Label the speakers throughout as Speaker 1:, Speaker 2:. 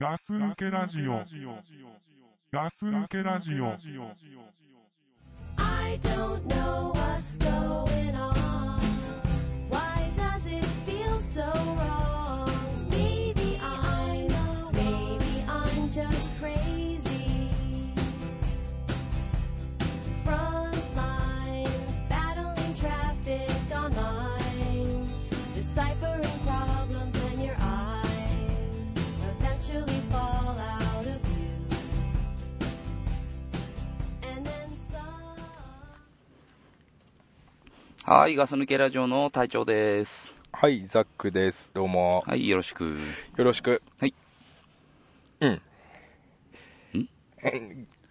Speaker 1: ガス抜けラジオ。ガス抜けラジオ。
Speaker 2: I don't know what's going on. Why does it feel so wrong? Maybe I'm, maybe I'm just crazy. Front lines, battling traffic online, deciphering problems in your eyes, eventually fall out of view. And then some.
Speaker 3: はい、ガス抜けラジオの隊長です。
Speaker 4: はい、ザックです。どうも。
Speaker 3: はい、よろしく。
Speaker 4: よろしく。
Speaker 3: はい。
Speaker 4: うん。ん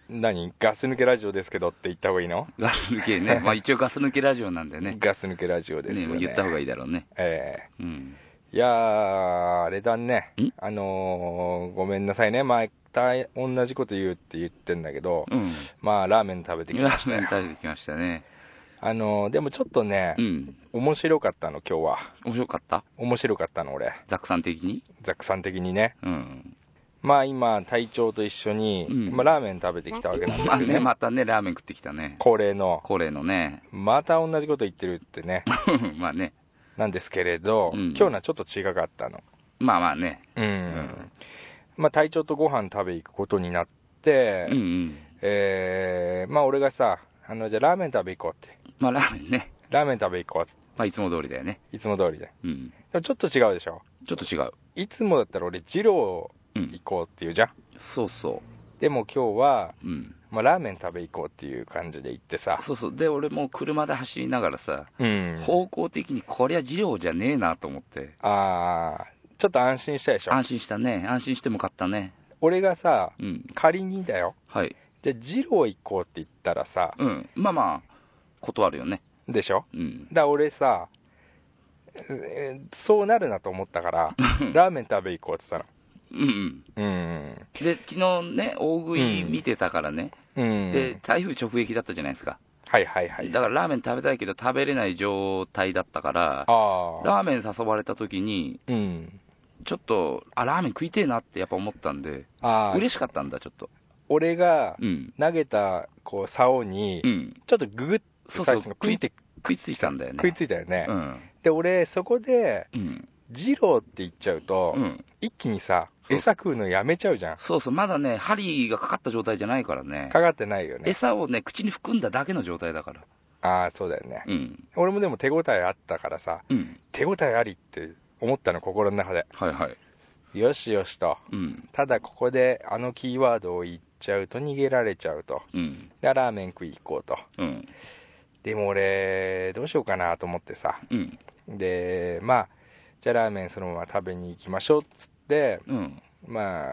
Speaker 4: 何ガス抜けラジオですけどって言った方がいいの
Speaker 3: ガス抜け ね。まあ一応ガス抜けラジオなんでね。
Speaker 4: ガス抜けラジオです
Speaker 3: ね
Speaker 4: よね。
Speaker 3: 言った方がいいだろうね。
Speaker 4: え
Speaker 3: うん。
Speaker 4: えいやー、あれだね
Speaker 3: ん。
Speaker 4: あのー、ごめんなさいね。また同じこと言うって言ってんだけど、
Speaker 3: うん。
Speaker 4: まあ、ラーメン食べてき
Speaker 3: ラ
Speaker 4: まし
Speaker 3: ー
Speaker 4: た
Speaker 3: メン
Speaker 4: よ。
Speaker 3: 食べてきましたね。
Speaker 4: あのー、でもちょっとね
Speaker 3: う、ん。
Speaker 4: 面白かったの、今日は。
Speaker 3: 面白かった
Speaker 4: 面白かったの、俺。
Speaker 3: ザクさん的に
Speaker 4: ザックさん的にね。
Speaker 3: うん。
Speaker 4: まあ、今、隊長と一緒に、
Speaker 3: うん
Speaker 4: まあ、ラーメン食べてきたわけなんだ
Speaker 3: まあ
Speaker 4: けど
Speaker 3: ね、またね、ラーメン食ってきたね。
Speaker 4: 恒例の、
Speaker 3: 恒例のね。
Speaker 4: また同じこと言ってるってね、
Speaker 3: まあね。
Speaker 4: なんですけれど、
Speaker 3: うん
Speaker 4: 今日のはちょっと違かったの。
Speaker 3: まあまあね。
Speaker 4: うん。
Speaker 3: ん
Speaker 4: まあ、隊長とご飯食べ行くことになって、
Speaker 3: うんうん。
Speaker 4: えーまあ、俺がさ、あの、じゃあラーメン食べ行こうって。
Speaker 3: まあラーメンね。
Speaker 4: ラーメン食べ行こうっ
Speaker 3: まあいつも通りだよね。
Speaker 4: て。いつも通りで。
Speaker 3: うん。
Speaker 4: でもちょっと違うでしょ。
Speaker 3: ちょっと違う。
Speaker 4: いつもだったら俺、二郎
Speaker 3: うん
Speaker 4: 行。こうっていうじゃん。
Speaker 3: そうそ
Speaker 4: でも今日は、
Speaker 3: う。うん。
Speaker 4: まあ、ラーメン食べ行こうっていう感じで行ってさ。
Speaker 3: そうそう。で、俺も車で走りながらさ、
Speaker 4: うん。
Speaker 3: 方向的にこりゃ二郎じゃねえなと思って。
Speaker 4: あー、ちょっと安心したでしょ。
Speaker 3: 安心したね安心しても買ったね
Speaker 4: 俺がさ、
Speaker 3: うん
Speaker 4: 仮にだよ。
Speaker 3: はい
Speaker 4: じゃあ、二郎行こうって言ったらさ、
Speaker 3: うんまあまあ断るよね
Speaker 4: でしょ
Speaker 3: うん
Speaker 4: だから俺さ、えーそうなるなと思ったから、ラーメン食べ行こうって言っ
Speaker 3: うんうん
Speaker 4: たの。うん。
Speaker 3: で昨日ね大食い見てたからね、
Speaker 4: うん。
Speaker 3: で台風直撃だったじゃないですか、
Speaker 4: はいはいはい。
Speaker 3: だからラーメン食べたいけど食べれない状態だったから
Speaker 4: ああ。
Speaker 3: ラーメン誘われた時に
Speaker 4: うん。
Speaker 3: ちょっとあラーメン食いてえなってやっぱ思ったんで
Speaker 4: ああ。
Speaker 3: 嬉しかったんだちょっと
Speaker 4: 俺が
Speaker 3: うん
Speaker 4: 投げた、こう、竿に
Speaker 3: う、ん
Speaker 4: ちょっとググって
Speaker 3: そうそ
Speaker 4: 最
Speaker 3: う
Speaker 4: 初に食いて、
Speaker 3: 食いついたんだよね
Speaker 4: 食いついたよね
Speaker 3: う。ん
Speaker 4: で、俺、そこで、
Speaker 3: うん
Speaker 4: 二郎って言っちゃうと
Speaker 3: う、ん
Speaker 4: 一気にさ、
Speaker 3: そう
Speaker 4: 餌食うのやめちゃうじゃん。
Speaker 3: そうそうまだね針がかかった状態じゃないからね
Speaker 4: かかってないよね。
Speaker 3: 餌をね、口に含んだだけの状態だから。
Speaker 4: ああ、そうだよね。
Speaker 3: うん。
Speaker 4: 俺もでも手応えあったからさ、
Speaker 3: うん。
Speaker 4: 手応えありって思ったの、心の中で。
Speaker 3: はいはい。
Speaker 4: よしよしと。
Speaker 3: うん。
Speaker 4: ただここであのキーワードを言っちゃうと逃げられちゃうと。
Speaker 3: うん。
Speaker 4: で、ラーメン食い行こうと。
Speaker 3: うん。
Speaker 4: でも俺、どうしようかなと思ってさ。
Speaker 3: うん。
Speaker 4: で、まあ、じゃあラーメンそのまま食べに行きましょうっつって、
Speaker 3: うん。
Speaker 4: まあ、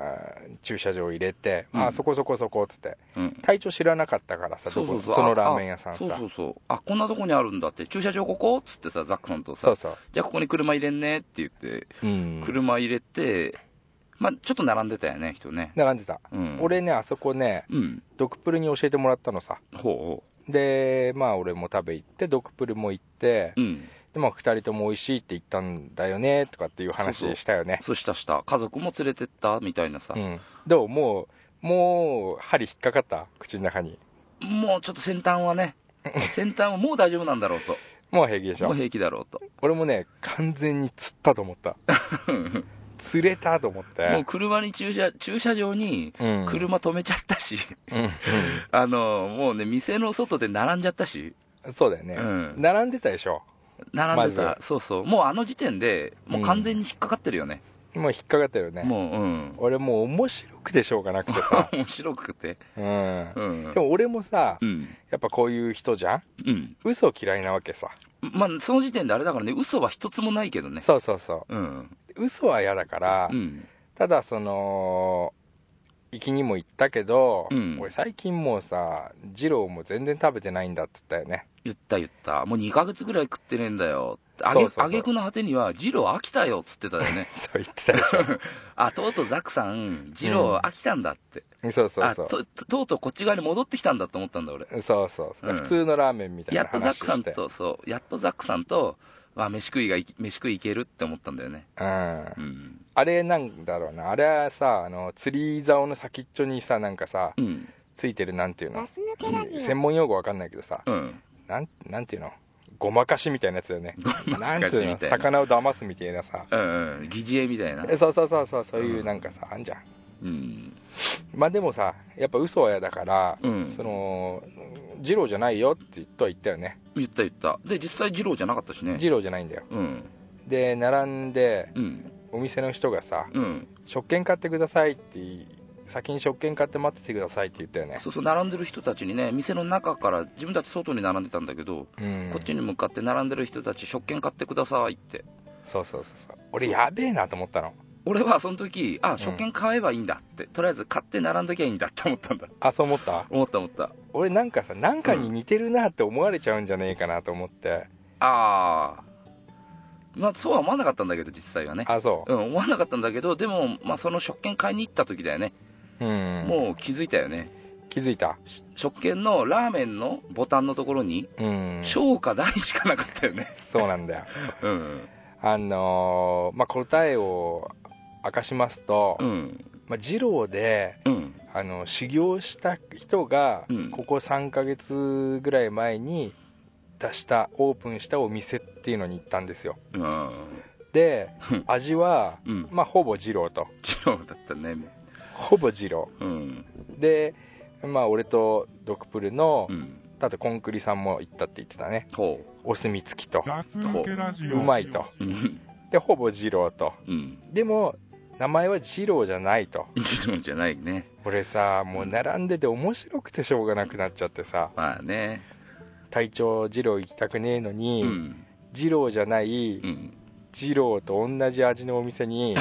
Speaker 4: 駐車場入れて、
Speaker 3: うん
Speaker 4: あ、そこそこそこっつって。
Speaker 3: うん。
Speaker 4: 体調知らなかったからさ、
Speaker 3: そうそう
Speaker 4: ど
Speaker 3: そう。
Speaker 4: こその
Speaker 3: あ
Speaker 4: ラーメン屋さん
Speaker 3: あ
Speaker 4: さ。
Speaker 3: そうそうそう。あ、こんなとこにあるんだって。駐車場ここっつってさ、ザックさんと
Speaker 4: そ
Speaker 3: さ
Speaker 4: う、そう。
Speaker 3: じゃあここに車入れんねって言って、
Speaker 4: うん
Speaker 3: 車入れて、まあちょっと並んでたよね、人ね。
Speaker 4: 並んでた。
Speaker 3: うん。。
Speaker 4: 俺ね、あそこね、
Speaker 3: うん。
Speaker 4: ドクプルに教えてもらったのさ。
Speaker 3: ほうほ
Speaker 4: で、まあ俺も食べ行って、ドクプルも行って、
Speaker 3: う。うん。
Speaker 4: でも2人とも美味しいって言ったんだよねとかってい
Speaker 3: そ
Speaker 4: う
Speaker 3: うそう
Speaker 4: 話したよね
Speaker 3: そうしたした。家族も連れてったみたいなさ
Speaker 4: う。んどうもうもう針引っかかった口の中に
Speaker 3: もうちょっと先端は ね、先端はもう大丈夫なんだろうと。
Speaker 4: もう平気でし
Speaker 3: も
Speaker 4: ょ
Speaker 3: う平気だろうと。
Speaker 4: 俺もね完全に釣ったと思った釣れたと思っ
Speaker 3: もう
Speaker 4: て
Speaker 3: 車に駐車駐車場に
Speaker 4: うん
Speaker 3: 車止めちゃったし、
Speaker 4: うん
Speaker 3: あのもうね、店の外で並んじゃったし、
Speaker 4: うんそうだよね、
Speaker 3: うん
Speaker 4: 並んでたでしょ
Speaker 3: 並んでた、
Speaker 4: ま
Speaker 3: そうそう、もうあの時点で、もう完全に引っかかってるよね、
Speaker 4: もう引っかかってるよね
Speaker 3: もう、うん、、
Speaker 4: 俺もう面白くてしょうがなくてさ
Speaker 3: 面白くて、
Speaker 4: うん、
Speaker 3: うん、
Speaker 4: でも俺もさ
Speaker 3: うん、
Speaker 4: やっぱこういう人じゃん
Speaker 3: うん、
Speaker 4: 嘘嫌いなわけさ
Speaker 3: まあ、その時点であれだからね、嘘は一つもないけどね、
Speaker 4: そうそうそ
Speaker 3: うん、
Speaker 4: う嘘は嫌だから、
Speaker 3: うん、
Speaker 4: ただその行きにも行ったけど、
Speaker 3: うん
Speaker 4: 俺最近もうさ二郎も全然食べてないんだっつったよね
Speaker 3: 言った言った、もう2ヶ月ぐらい食ってねえんだよ、あげ
Speaker 4: そうそうそう、
Speaker 3: あげくの果てには、ジロー飽きたよっつってたよね
Speaker 4: そう言ってたでし
Speaker 3: あ、とうとうザクさん、ジロー飽きたんだって。
Speaker 4: ょそうそう そ
Speaker 3: あととうとうこっち側に戻ってきたんだと思ったんだ俺
Speaker 4: うそうそうそう、
Speaker 3: うん
Speaker 4: 普通のラーメンみたい
Speaker 3: や
Speaker 4: な
Speaker 3: っとザッ
Speaker 4: 話
Speaker 3: ク
Speaker 4: を
Speaker 3: さん
Speaker 4: して
Speaker 3: とそうやっとザックさんとわ飯食いがいき飯食い行けるって思ったんだよね
Speaker 4: うん
Speaker 3: うん
Speaker 4: あれなんだろうなあれはさあの釣り竿の先っちょにさなんかさ
Speaker 3: うん
Speaker 4: ついてるなんていうの
Speaker 5: ス抜けラジ
Speaker 4: 専門用語わかんないけどさ
Speaker 3: うん
Speaker 4: なんなんていうのごまかしみたいなやつだよね
Speaker 3: ごま
Speaker 4: なん
Speaker 3: かし
Speaker 4: ていう
Speaker 3: み
Speaker 4: の
Speaker 3: たいな
Speaker 4: 魚を騙すみたいなさ
Speaker 3: うんうん疑似絵みたいな
Speaker 4: えそうそうそうそうそういううんなんかさあんじゃん
Speaker 3: うん
Speaker 4: まあでもさやっぱ嘘は嫌だから、
Speaker 3: うん
Speaker 4: その二郎じゃないよってとは言ったよね
Speaker 3: 言った言ったで実際二郎じゃなかったしね
Speaker 4: 二郎じゃないんだよ
Speaker 3: うん
Speaker 4: で並んで
Speaker 3: うん
Speaker 4: お店の人がさ
Speaker 3: うん
Speaker 4: 食券買ってくださいってい先に食券買って待っててくださいって言ったよね
Speaker 3: そうそう並んでる人たちにね店の中から自分たち外に並んでたんだけど、
Speaker 4: うん
Speaker 3: こっちに向かって並んでる人たち食券買ってくださいって
Speaker 4: そうそうそうそう俺やべえなと思ったの
Speaker 3: 俺はその時あ食券買えばいいんだって、とりあえず買って並んどきゃいいんだって思ったんだ
Speaker 4: あそう思った
Speaker 3: 思った思った
Speaker 4: 俺なんかさなんかに似てるなって思われちゃうんじゃねえかなと思って、
Speaker 3: ああまあそうは思わなかったんだけど実際はね
Speaker 4: あそ
Speaker 3: うん思わなかったんだけどでも、まあ、その食券買いに行った時だよね、
Speaker 4: ううん
Speaker 3: もう気づいたよね
Speaker 4: 気づいた
Speaker 3: 食券のラーメンのボタンのところに
Speaker 4: うん
Speaker 3: 小か大しかなかったよ ね
Speaker 4: そうなんだよ
Speaker 3: うん
Speaker 4: あのーまあ答えを明かしますと、
Speaker 3: うん
Speaker 4: まあ、二郎で
Speaker 3: うん
Speaker 4: あの修行した人が
Speaker 3: うん
Speaker 4: ここ3ヶ月ぐらい前に出したオープンしたお店っていうのに行ったんですよ
Speaker 3: うん
Speaker 4: で
Speaker 3: うん
Speaker 4: 味は
Speaker 3: うん
Speaker 4: まあほぼ二郎と
Speaker 3: 二郎だったね
Speaker 4: ほぼ二郎
Speaker 3: うん
Speaker 4: でまあ俺とドクプルの
Speaker 3: うん
Speaker 4: あとコンクリさんも行ったって言ってたね
Speaker 3: ほ
Speaker 4: お墨付きと
Speaker 1: ガス抜けラジオ
Speaker 4: うまいと
Speaker 3: ううん
Speaker 4: でほぼ二郎と
Speaker 3: うん
Speaker 4: でも名前は二郎じゃないと
Speaker 3: 二郎じゃないね
Speaker 4: 俺さもう並んでて面白くてしょうがなくなっちゃってさ
Speaker 3: まあね
Speaker 4: 隊長二郎行きたくねえの
Speaker 3: う
Speaker 4: に、
Speaker 3: ん
Speaker 4: 二郎じゃない
Speaker 3: うん
Speaker 4: 二郎と同じ味のお店に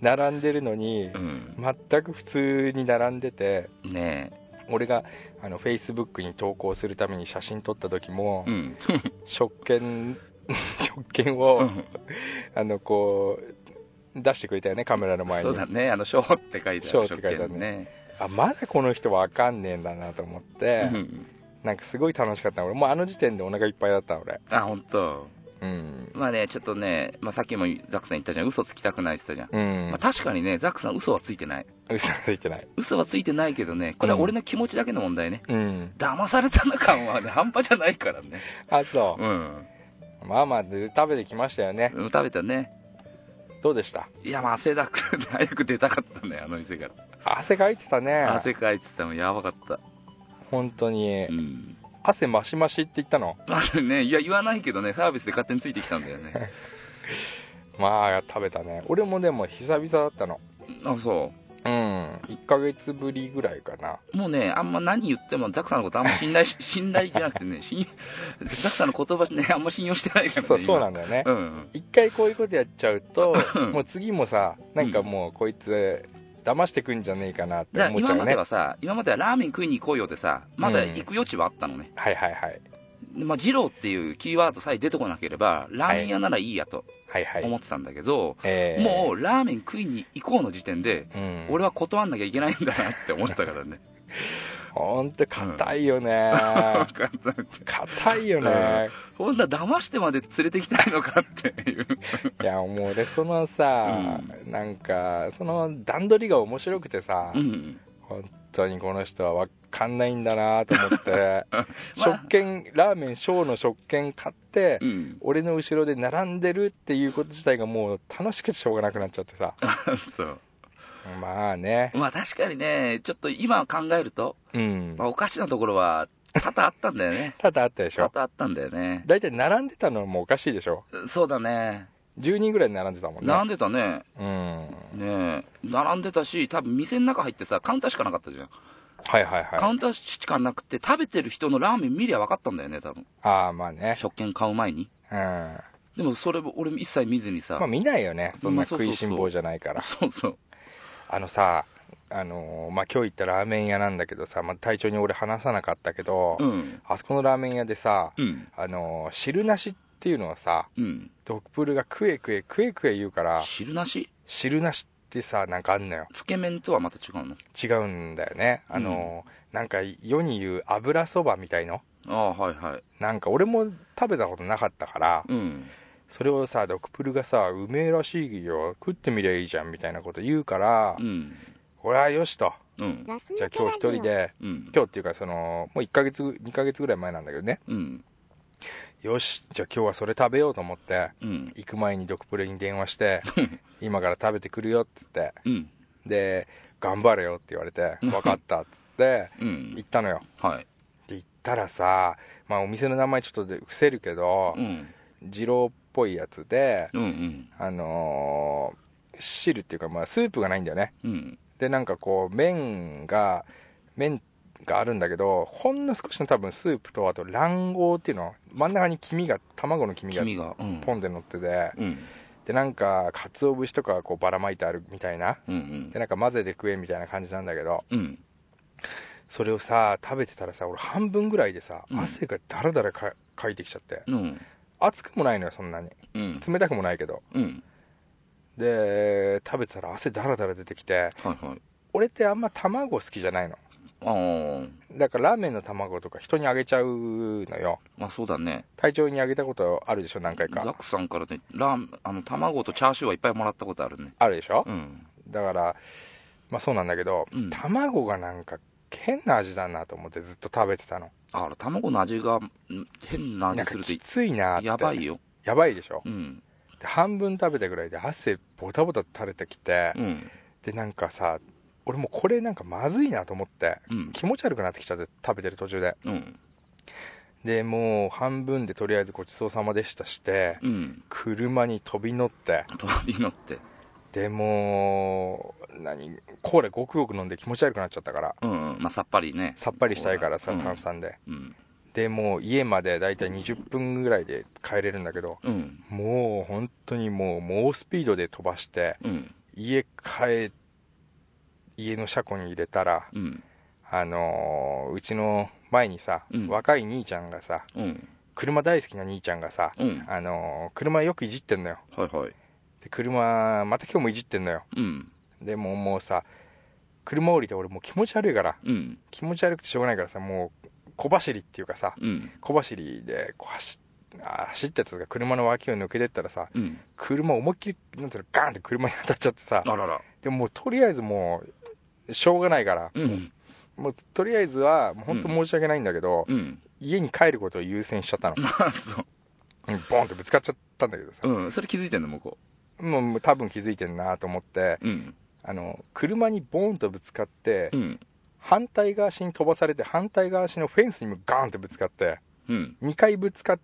Speaker 4: 並んでるのに
Speaker 3: うん
Speaker 4: 全く普通に並んでて
Speaker 3: ね
Speaker 4: 俺があのフェイスブックに投稿するために写真撮った時も
Speaker 3: えうん
Speaker 4: 食券 食券
Speaker 3: う
Speaker 4: を
Speaker 3: ん
Speaker 4: あのこう出してくれたよねカメラの 前
Speaker 3: そう
Speaker 4: に
Speaker 3: だねあの小って書いてある
Speaker 4: 小って書いてあるね
Speaker 3: 食券ね
Speaker 4: あまだこの人わかんねえんだなと思って
Speaker 3: うん
Speaker 4: なんかすごい楽しかった俺もうあの時点でお腹いっぱいだった俺
Speaker 3: あ本当。
Speaker 4: うん
Speaker 3: まあねちょっとねまあさっきもザックさん言ったじゃん嘘つきたくないって言ったじゃん
Speaker 4: うん
Speaker 3: まあ確かにねザックさん嘘はついてない
Speaker 4: 嘘ついてない
Speaker 3: 嘘はついてないけどねこれは俺の気持ちだけの問題ね
Speaker 4: うん
Speaker 3: 騙されたの感はね半端じゃないからね
Speaker 4: あそ
Speaker 3: うん
Speaker 4: うまあまあで食べてきましたよね
Speaker 3: 食べたね
Speaker 4: どうでした
Speaker 3: いやまあ汗だく早く出たかったねあの店か
Speaker 4: 汗かいてたね
Speaker 3: ら汗かいてたのやばかった
Speaker 4: 本当に
Speaker 3: うん
Speaker 4: 汗マシマシって言ったの
Speaker 3: まあねいや言わないけどねサービスで勝手についてきたんだよね
Speaker 4: まあ食べたね俺もでも久々だったの
Speaker 3: あそ
Speaker 4: うん1ヶ月ぶりぐらいかな
Speaker 3: うもうねあんま何言ってもザクさんのことあんま信頼し 信頼じゃなくてね 信ザクさんの言葉ねあんま信用してないからね
Speaker 4: そうそうなんんだよね
Speaker 3: うん
Speaker 4: 一回こういうことやっちゃうと
Speaker 3: うん
Speaker 4: もう次もさなんかもうこいつ騙してくんじゃねえかなって
Speaker 3: だから
Speaker 4: 思っちゃ
Speaker 3: 今ま
Speaker 4: うね
Speaker 3: ではさ、今まではラーメン食いに行こうよってさ、まだ行く余地はあったのね、
Speaker 4: はいはいはい
Speaker 3: でまあ、二郎っていうキーワードさえ出てこなければ、ラーメン屋ならいいやと
Speaker 4: はいはい
Speaker 3: 思ってたんだけど、
Speaker 4: えー
Speaker 3: もうラーメン食いに行こうの時点で、
Speaker 4: うん、
Speaker 3: 俺は断んなきゃいけないんだなって思ったからね、
Speaker 4: ほんと硬いよね、
Speaker 3: 分かったって
Speaker 4: 硬いよね、
Speaker 3: こんな騙してまで連れてきたいのかっていう、
Speaker 4: いやもう俺そのさ、なんかその段取りが面白くてさ、
Speaker 3: うん、
Speaker 4: 本当にこの人は分かんないんだなと思って、
Speaker 3: まあ
Speaker 4: 食券ラーメン小の食券買って、
Speaker 3: うん、
Speaker 4: 俺の後ろで並んでるっていうこと自体がもう楽しくてしょうがなくなっちゃってさ
Speaker 3: そう、
Speaker 4: まあね
Speaker 3: まあ確かにね、ちょっと今考えると、
Speaker 4: うん、
Speaker 3: まあ、おかしなところは多々あったんだよね
Speaker 4: 多々あ ったでし
Speaker 3: 多
Speaker 4: ょ
Speaker 3: 々あったんだよね、
Speaker 4: 大体並んでたのもおかしいでしょ
Speaker 3: そうだね。
Speaker 4: 10人ぐらい並んでたもんね
Speaker 3: 並んでたね
Speaker 4: うん
Speaker 3: ねえ並んでたし多分店の中入ってさカウンターしかなかったじゃん、
Speaker 4: はいはい
Speaker 3: カ
Speaker 4: はい
Speaker 3: ウンターしかなくて食べてる人のラーメン見りゃ分かったんだよね多分
Speaker 4: ああまあね
Speaker 3: 食券買う前に
Speaker 4: うんま
Speaker 3: でもそれも俺も一切見ずにさ、
Speaker 4: あ見ないよねそん
Speaker 3: ま
Speaker 4: な
Speaker 3: あそうそう
Speaker 4: 食
Speaker 3: そう
Speaker 4: いしん坊じゃないから
Speaker 3: そうそう
Speaker 4: あのさあのーまあ今日行ったラーメン屋なんだけどさ、まあ、体調に俺話さなかったけど、
Speaker 3: うん
Speaker 4: あそこのラーメン屋でさ
Speaker 3: うん
Speaker 4: あのー汁なしっていうのをさ
Speaker 3: うん
Speaker 4: ドクプルが食え食え食え食え言うから
Speaker 3: 汁なし
Speaker 4: 汁なしってさなんかあんのよ
Speaker 3: つけ麺とはまた違うの
Speaker 4: 違うんだよねあの、なんか世に言う油そばみたいの
Speaker 3: ああはいはい
Speaker 4: なんか俺も食べたことなかったから
Speaker 3: うん
Speaker 4: それをさドクプルがさうめえらしいよ食ってみりゃいいじゃんみたいなこと言うから、
Speaker 3: うん。
Speaker 4: 俺はよしと
Speaker 3: うん。
Speaker 5: ラス
Speaker 4: じゃ
Speaker 5: 抜
Speaker 4: あ
Speaker 5: け
Speaker 4: 今日
Speaker 5: ラジ
Speaker 4: 一人
Speaker 5: オ
Speaker 4: で
Speaker 3: うん。
Speaker 4: 今日っていうかそのもう1ヶ月2ヶ月ぐらい前なんだけどね
Speaker 3: うん。
Speaker 4: よしじゃあ今日はそれ食べようと思って
Speaker 3: うん。
Speaker 4: 行く前にドクプルに電話して
Speaker 3: うん
Speaker 4: 今から食べてくるよって言って
Speaker 3: うん。
Speaker 4: で頑張れよって言われて分かったっつって
Speaker 3: うん
Speaker 4: 行。ったのよ
Speaker 3: はい。
Speaker 4: で行ったらさまあお店の名前ちょっとで伏せるけど
Speaker 3: うん。
Speaker 4: 二郎っぽいやつで
Speaker 3: うん。うん。
Speaker 4: あのー汁っていうか、まあ、スープがないんだよね
Speaker 3: うん。
Speaker 4: でなんかこう麺が麺があるんだけどほんの少しの多分スープとあと卵黄っていうの真ん中に黄身が卵の黄身が
Speaker 3: 君が。うん。
Speaker 4: ポンで乗ってて
Speaker 3: うん。
Speaker 4: でなんか鰹節とかがこうばらまいてあるみたいな
Speaker 3: うん
Speaker 4: で。なんか混ぜて食えみたいな感じなんだけど
Speaker 3: うん。うん。
Speaker 4: それをさ食べてたらさ俺半分ぐらいでさ
Speaker 3: うん
Speaker 4: 汗がダラダラかかいてきちゃって
Speaker 3: うん。
Speaker 4: 熱くもないのよそんなに
Speaker 3: うん。
Speaker 4: 冷たくもないけど
Speaker 3: うん。
Speaker 4: で食べてたら汗ダラダラ出てきて
Speaker 3: はいはい。
Speaker 4: 俺ってあんま卵好きじゃないの
Speaker 3: あ
Speaker 4: だからラーメンの卵とか人にあげちゃうのよ
Speaker 3: あ。まあそうだね。
Speaker 4: 体調にあげたことあるでしょ何回
Speaker 3: ザッ
Speaker 4: か
Speaker 3: クさんからね、ラーメン、あの、卵とチャーシューはいっぱいもらったことあるね。
Speaker 4: あるでしょ
Speaker 3: うん。
Speaker 4: だからまあそうなんだけど、
Speaker 3: うん
Speaker 4: 卵がなんか変な味だなと思ってずっと食べてたの
Speaker 3: あら、卵の味が、ん変な味
Speaker 4: なんか
Speaker 3: する
Speaker 4: き
Speaker 3: と、
Speaker 4: ついなって
Speaker 3: やばいよ。
Speaker 4: やばいでしょ
Speaker 3: うん。
Speaker 4: で半分食べたぐらいで汗ボタボタ垂れてきて、
Speaker 3: うん。
Speaker 4: でなんかさ俺もうこれなんかまずいなと思って
Speaker 3: うん。
Speaker 4: 気持ち悪くなってきちゃって食べてる途中で
Speaker 3: うん。
Speaker 4: でもう半分でとりあえずごちそうさまでしたして
Speaker 3: うん。
Speaker 4: 車に飛び乗って
Speaker 3: 飛び乗って。
Speaker 4: でもう何コーラごくごく飲んで気持ち悪くなっちゃったから
Speaker 3: うん。まあさっぱりね。
Speaker 4: さっぱりしたいからさ
Speaker 3: うん
Speaker 4: 炭酸で、
Speaker 3: うん。
Speaker 4: でもう家までだいたい20分ぐらいで帰れるんだけど
Speaker 3: うん。
Speaker 4: もう本当にもう猛スピードで飛ばして
Speaker 3: うん。
Speaker 4: 家帰家の車庫に入れたら
Speaker 3: うん。
Speaker 4: あのーうちの前にさ、
Speaker 3: うん
Speaker 4: 若い兄ちゃんがさ
Speaker 3: うん。
Speaker 4: 車大好きな兄ちゃんがさ、
Speaker 3: うん。
Speaker 4: あのー車よくいじってんのよ
Speaker 3: はいはい。
Speaker 4: で車また今日もいじってんのよ
Speaker 3: うん。
Speaker 4: でもうもうさ車降りて俺もう気持ち悪いから
Speaker 3: うん。
Speaker 4: 気持ち悪くてしょうがないからさもう小走りっていうかさ
Speaker 3: うん。
Speaker 4: 小走りでこう走あー走ったやつが車の脇を抜けてったらさ
Speaker 3: うん。
Speaker 4: 車思いっきりなんつうのガーンって車に当たっちゃってさ
Speaker 3: あらら。
Speaker 4: でももうとりあえずもうしょうがないから、
Speaker 3: うん。
Speaker 4: もうとりあえずはもう本当申し訳ないんだけど、
Speaker 3: うん。
Speaker 4: 家に帰ることを優先しちゃったの
Speaker 3: まあそう。
Speaker 4: うんボンってぶつかっちゃったんだけどさ、
Speaker 3: うん。それ気づいてんの、向こ
Speaker 4: もうもう多分気づいてんなと思って
Speaker 3: う。うん。
Speaker 4: あの車にボンとぶつかって、
Speaker 3: うん。
Speaker 4: 反対側足に飛ばされて反対側足のフェンスにもガーンってぶつかって
Speaker 3: うん。
Speaker 4: 2回ぶつかっ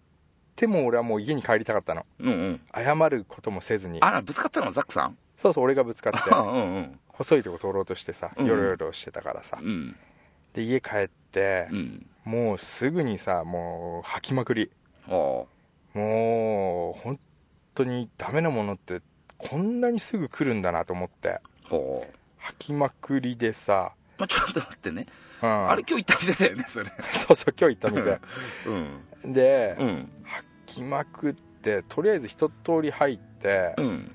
Speaker 4: ても俺はもう家に帰りたかったの
Speaker 3: うんうん。
Speaker 4: 謝ることもせずに
Speaker 3: あら、ぶつかったのはザックさん
Speaker 4: そうそう俺がぶつか って
Speaker 3: あうんうん。
Speaker 4: 細いとこ通ろうとしてさ
Speaker 3: うん
Speaker 4: ヨロヨロしてたからさ
Speaker 3: うん。
Speaker 4: で家帰って
Speaker 3: うん。
Speaker 4: もうすぐにさもう吐きまくり
Speaker 3: あ
Speaker 4: もう本当にダメなものってこんなにすぐ来るんだなと思って
Speaker 3: あ。ほう。
Speaker 4: 吐きまくりでさ、
Speaker 3: まあ、ちょっと待ってね。
Speaker 4: うん
Speaker 3: あれ今日行った店だよね、それ。
Speaker 4: そうそう今日行った店
Speaker 3: うん。
Speaker 4: で、
Speaker 3: うん。
Speaker 4: 吐きまくってとりあえず一通り入って、
Speaker 3: うん。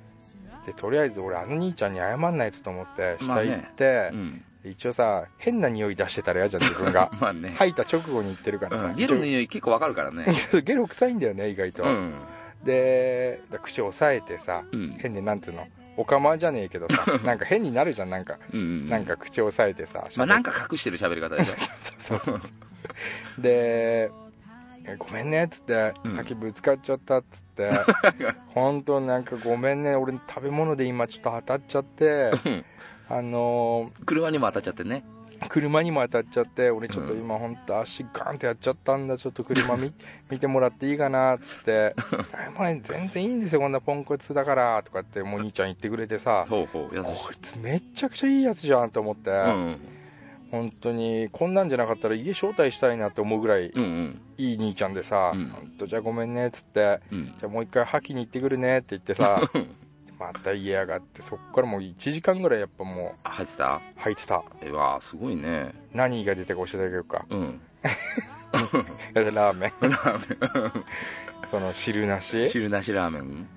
Speaker 4: でとりあえず俺あの兄ちゃんに謝んないとと思って
Speaker 3: まあ
Speaker 4: 下
Speaker 3: ね
Speaker 4: 行って、
Speaker 3: うん。
Speaker 4: 一応さ変な匂い出してたら嫌じゃん自分が
Speaker 3: まあね。
Speaker 4: 吐いた直後に言ってるからさ、
Speaker 3: うん。ゲロの匂い結構わかるからね。
Speaker 4: 一応 ゲロ臭いんだよね意外と、
Speaker 3: うん。
Speaker 4: でだ口押さえてさ
Speaker 3: うん。
Speaker 4: 変でなんていうのおかまじゃねえけど さなんか変になるじゃんなんか、
Speaker 3: うん。
Speaker 4: なん。か口押さえてさ
Speaker 3: まあ、なんか隠してる喋り方でしょ。
Speaker 4: そうそうそうでえごめんねっつって、
Speaker 3: うん
Speaker 4: さっきぶつかっちゃったっつって 本当なんかごめんね俺食べ物で今ちょっと当たっち ゃって
Speaker 3: うん
Speaker 4: あの
Speaker 3: 車にも当たっちゃってね。
Speaker 4: ー車にも当たっちゃって俺ちょっと今本当足ガンってやっちゃったんだちょっと 車見見てもらっていいかなっつって「前全然いいんですよこんなポンコツだから」とかってもう兄ちゃん言ってくれてさ
Speaker 3: ほうほう。やだ
Speaker 4: こいつめっちゃくちゃいいやつじゃんと思って、
Speaker 3: うん。
Speaker 4: 本当にこんなんじゃなかったら家招待したいなって思うぐらい
Speaker 3: うんうん。
Speaker 4: いい兄ちゃんでさ「
Speaker 3: うん
Speaker 4: 本当じゃあごめんね」っつって
Speaker 3: うん
Speaker 4: 「じゃあもう一回吐きに行ってくるね」って言ってさまた家やがってそっからもう1時間ぐらいやっぱも
Speaker 3: あ入ってた
Speaker 4: う吐いてた
Speaker 3: えわあ、すごいね。
Speaker 4: 何が出てか教えてあげるか
Speaker 3: うん。
Speaker 4: ラーメン
Speaker 3: ラーメ
Speaker 4: その汁な
Speaker 3: ン。
Speaker 4: し
Speaker 3: 汁なしラーメン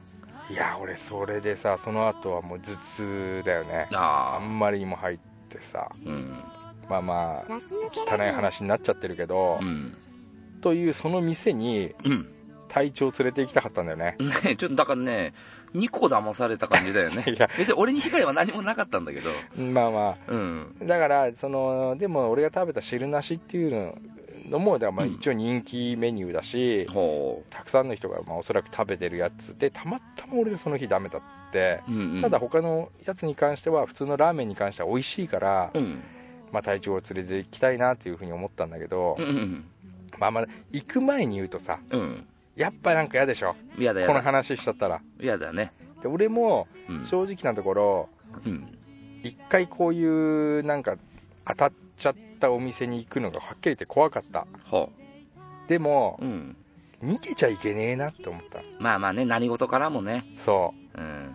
Speaker 4: いや俺それでさその後はもう頭痛だよねあ
Speaker 3: ああ。
Speaker 4: んまりにも入ってさ
Speaker 3: うん。
Speaker 4: まあまあ
Speaker 5: ラス抜け
Speaker 4: 汚い
Speaker 5: ラジオ
Speaker 4: 話になっちゃってるけど
Speaker 3: う、ん。
Speaker 4: というその店に
Speaker 3: うん。
Speaker 4: 隊長連れて行きたかったんだよね。
Speaker 3: ね、ちょっとだからね、2個騙された感じだよ ね。
Speaker 4: いや、
Speaker 3: 別に俺に被害は何もなかったんだけど、
Speaker 4: まあま
Speaker 3: うん。
Speaker 4: あ。だから、その、でも俺が食べた汁なしっていうのも、だからまあ
Speaker 3: うん
Speaker 4: 一応人気メニューだし、
Speaker 3: ほ
Speaker 4: たくさんの人がまあおそらく食べてるやつで、たまたま俺がその日ダメだって、
Speaker 3: う。うんうん、
Speaker 4: ただ、他のやつに関しては普通のラーメンに関しては美味しいから、
Speaker 3: うん。
Speaker 4: まあ、隊長を連れて行きたいなというふうに思ったんだけど、
Speaker 3: うんうん
Speaker 4: まあまあ行く前に言うとさ
Speaker 3: うん。
Speaker 4: やっぱなんか嫌でしょ
Speaker 3: うん。やだや
Speaker 4: この
Speaker 3: だ。
Speaker 4: 話しちゃったら
Speaker 3: やだね。
Speaker 4: で俺も
Speaker 3: うん。
Speaker 4: 正直なところ
Speaker 3: うん。
Speaker 4: 一回こういうなんか当たっちゃったお店に行くのがはっきり言って怖かった
Speaker 3: ほ
Speaker 4: でも
Speaker 3: う。うん。
Speaker 4: 逃げちゃいけねえなって思った
Speaker 3: まあまあね、何事からもね。
Speaker 4: そ
Speaker 3: うん。
Speaker 4: う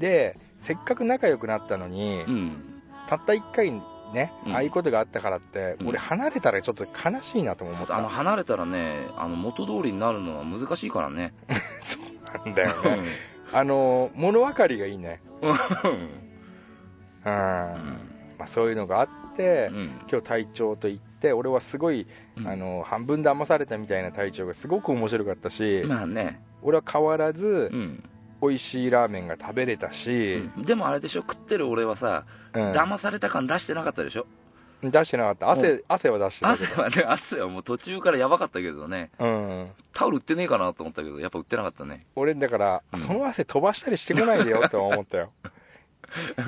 Speaker 4: でせっかく仲良くなったのに
Speaker 3: うん。
Speaker 4: たった一回ね
Speaker 3: うん
Speaker 4: ああいうことがあったからって
Speaker 3: うん
Speaker 4: 俺離れたらちょっと悲しいなとも
Speaker 3: ち
Speaker 4: 思
Speaker 3: ょっ
Speaker 4: っ
Speaker 3: とあの、
Speaker 4: た
Speaker 3: 離れたらね、あの、元通りになるのは難しいからね。
Speaker 4: なんだよ ねあの物分かりがいいね
Speaker 3: うん。
Speaker 4: うんまあ、そういうのがあって、
Speaker 3: うん。
Speaker 4: 今日隊長と行って俺はすごい、
Speaker 3: うん
Speaker 4: あ、の半分騙されたみたいな隊長がすごく面白かったし、
Speaker 3: まあね。
Speaker 4: 俺は変わらず
Speaker 3: うん。
Speaker 4: 美味しいラーメンが食べれたし、
Speaker 3: でもあれでしょ、食ってる俺はさ、
Speaker 4: うん
Speaker 3: 騙された感出してなかったでしょ。
Speaker 4: 出してなかった汗,、
Speaker 3: う
Speaker 4: 汗は出してたけ
Speaker 3: 汗はね、汗はもう途中からやばかったけどね。
Speaker 4: ど、うん、
Speaker 3: タオル売ってねえかなと思ったけど、やっぱ売ってなかったね。
Speaker 4: 俺だから、
Speaker 3: うん
Speaker 4: その汗飛ばしたりしてこないでよとは思っ たよ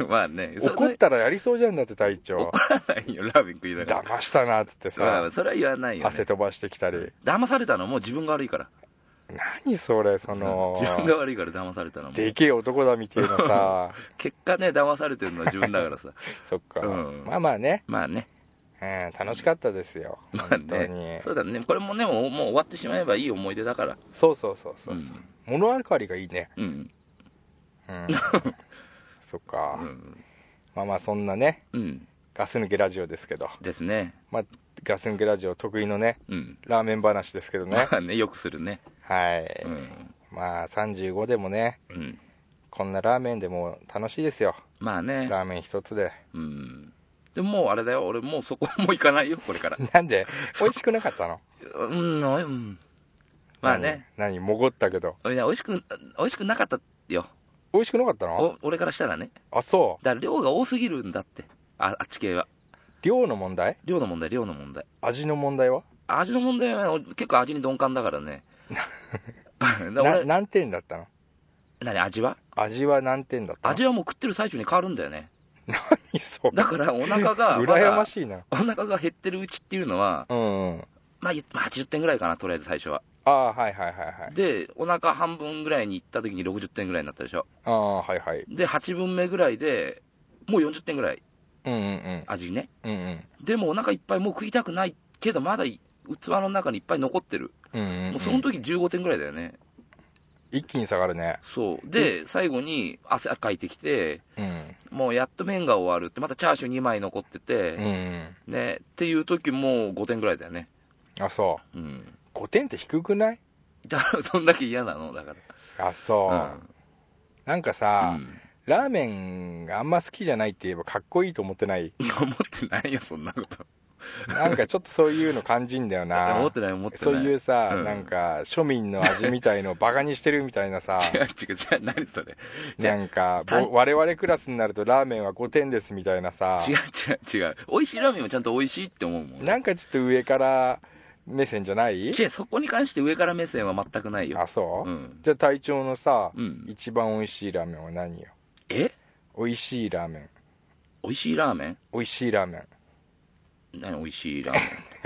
Speaker 3: まあね、そ
Speaker 4: 怒ったらやりそうじゃんだって隊長
Speaker 3: 怒らないよ、ラーメン食いなが
Speaker 4: 騙したなっつって
Speaker 3: ら。ま
Speaker 4: さ
Speaker 3: あ、それは言わないよ、
Speaker 4: 汗
Speaker 3: ね。
Speaker 4: 飛ばしてきたり
Speaker 3: 騙されたのはもう自分が悪いから。
Speaker 4: 何それその
Speaker 3: 自分が悪いから騙されたのはもう
Speaker 4: でけえ男だみたいな さ
Speaker 3: 結果ね、騙されてるのは自分だから さ。
Speaker 4: そっか、
Speaker 3: うん
Speaker 4: まあまあね
Speaker 3: まあね、
Speaker 4: うん、楽しかったですよ、
Speaker 3: まあ
Speaker 4: 本当に、
Speaker 3: ね。そうだね。これもね、もうもう終わってしまえばいい思い出だから。
Speaker 4: そうそうそうそうう、
Speaker 3: ん。
Speaker 4: 物分かりがいいね、
Speaker 3: うん。
Speaker 4: うん、そっか、
Speaker 3: うん。
Speaker 4: まあまあそんなね
Speaker 3: うん。
Speaker 4: ガス抜けラジオですけど、
Speaker 3: ですね。
Speaker 4: まあ、ガス抜けラジオ得意のね
Speaker 3: うん。
Speaker 4: ラーメン話ですけどね
Speaker 3: まあね、よくするね。
Speaker 4: はい、
Speaker 3: うん。
Speaker 4: まあ35でもね
Speaker 3: うん。
Speaker 4: こんなラーメンでも楽しいですよ
Speaker 3: まあね。
Speaker 4: ラーメン一つで
Speaker 3: うん。でももうあれだよ、俺もうそこも行かないよ、これから。
Speaker 4: なんで美味しくなかったの
Speaker 3: うん、うん。まあね、
Speaker 4: 何何もごったけど
Speaker 3: いや美味しく、美味しくなかったよ。
Speaker 4: 美味しくなかったの
Speaker 3: お俺からしたらね。
Speaker 4: あそ
Speaker 3: だから量が多すぎるんだって。ああっち系は。
Speaker 4: う量の問題
Speaker 3: 量の問題、量の問題。
Speaker 4: 味の問題は
Speaker 3: 味の問題は俺結構味に鈍感だからね。だから
Speaker 4: な
Speaker 3: 俺、
Speaker 4: 何点だったの
Speaker 3: 何味は
Speaker 4: 味は何点だったの
Speaker 3: 味はもう食ってる最中に変わるんだよね。
Speaker 4: 何 それ
Speaker 3: だからお腹が、ま
Speaker 4: 羨
Speaker 3: だ
Speaker 4: ましいな
Speaker 3: お腹が減ってるうちっていうのは、
Speaker 4: うんうん
Speaker 3: まあ、言まあ80点ぐらいかな、とりあえず最初は。
Speaker 4: ああはいはいはいはい
Speaker 3: で、お腹半分ぐらいに行った時に60点ぐらいになったでしょ。
Speaker 4: ああはいはい
Speaker 3: で、8分目ぐらいで、もう40点ぐらい、
Speaker 4: うんうん
Speaker 3: 味ね。
Speaker 4: うんうん
Speaker 3: でもお腹いっぱい、もう食いたくないけど、まだい器の中にいっぱい残ってる。
Speaker 4: うんうんうん
Speaker 3: もうその時15点ぐらいだよね。
Speaker 4: 一気に下がるね
Speaker 3: そう。で、最後に汗かいてきて、
Speaker 4: うん
Speaker 3: もうやっと麺が終わるって、またチャーシュー2枚残って
Speaker 4: うんう
Speaker 3: て、
Speaker 4: ん
Speaker 3: ね、っていう時もう5点ぐらいだよね。
Speaker 4: あそ
Speaker 3: うん。
Speaker 4: う5点って低くない
Speaker 3: だから、 そんだけ嫌なの、だか
Speaker 4: あそう、
Speaker 3: ら。
Speaker 4: なんか
Speaker 3: うん。
Speaker 4: さ、
Speaker 3: うん
Speaker 4: ラーメンがあんま好きじゃないって言えばかっこいいと思っ てない
Speaker 3: いや、思ってないよ、そんなこと。
Speaker 4: なんかちょっとそういうの感じんだよな
Speaker 3: 思ってない、思って
Speaker 4: そ
Speaker 3: な
Speaker 4: う
Speaker 3: い。
Speaker 4: いうさ、
Speaker 3: うん
Speaker 4: なんか庶民の味みたいのをバカにしてるみたいなさ
Speaker 3: 違う違う違う、何それ。違う
Speaker 4: なんか
Speaker 3: た
Speaker 4: ぼ我々クラスになるとラーメンは5点ですみたいなさ
Speaker 3: 違う違う違う。美味しいラーメンもちゃんと美味しいって思うもん。
Speaker 4: なんかちょっと上から目線じゃない
Speaker 3: 違う、そこに関して上から目線は全くないよ。
Speaker 4: あそう、
Speaker 3: うん。
Speaker 4: じゃあ隊長のさ、
Speaker 3: うん。
Speaker 4: 一番美味しいラーメンは何よ
Speaker 3: え
Speaker 4: 美味しいラーメン
Speaker 3: 美味しいラーメン
Speaker 4: 美味しいラ ーメン
Speaker 3: 何美味しいラーメ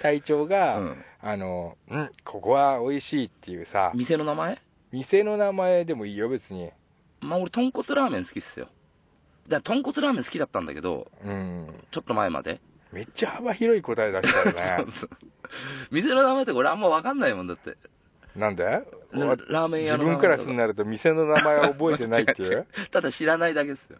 Speaker 4: 隊長が、
Speaker 3: ン。うん。
Speaker 4: あのうんここは美味しいっていうさ
Speaker 3: 店の名前
Speaker 4: 店の名前でもいいよ別に
Speaker 3: まあ俺、豚骨ラーメン好きっすよ。だから豚骨ラーメン好きだったんだけど、
Speaker 4: うん
Speaker 3: ちょっと前まで。
Speaker 4: めっちゃ幅広い答え出したよ
Speaker 3: そう
Speaker 4: ね
Speaker 3: そう店の名前って俺あんま分かんないもんだって。
Speaker 4: なんで
Speaker 3: ラーメン
Speaker 4: 自
Speaker 3: 屋の
Speaker 4: 分クラスに
Speaker 3: な
Speaker 4: なると店の名前は覚えてないってい
Speaker 3: 違 う違
Speaker 4: う
Speaker 3: ただ知らないだけですよ。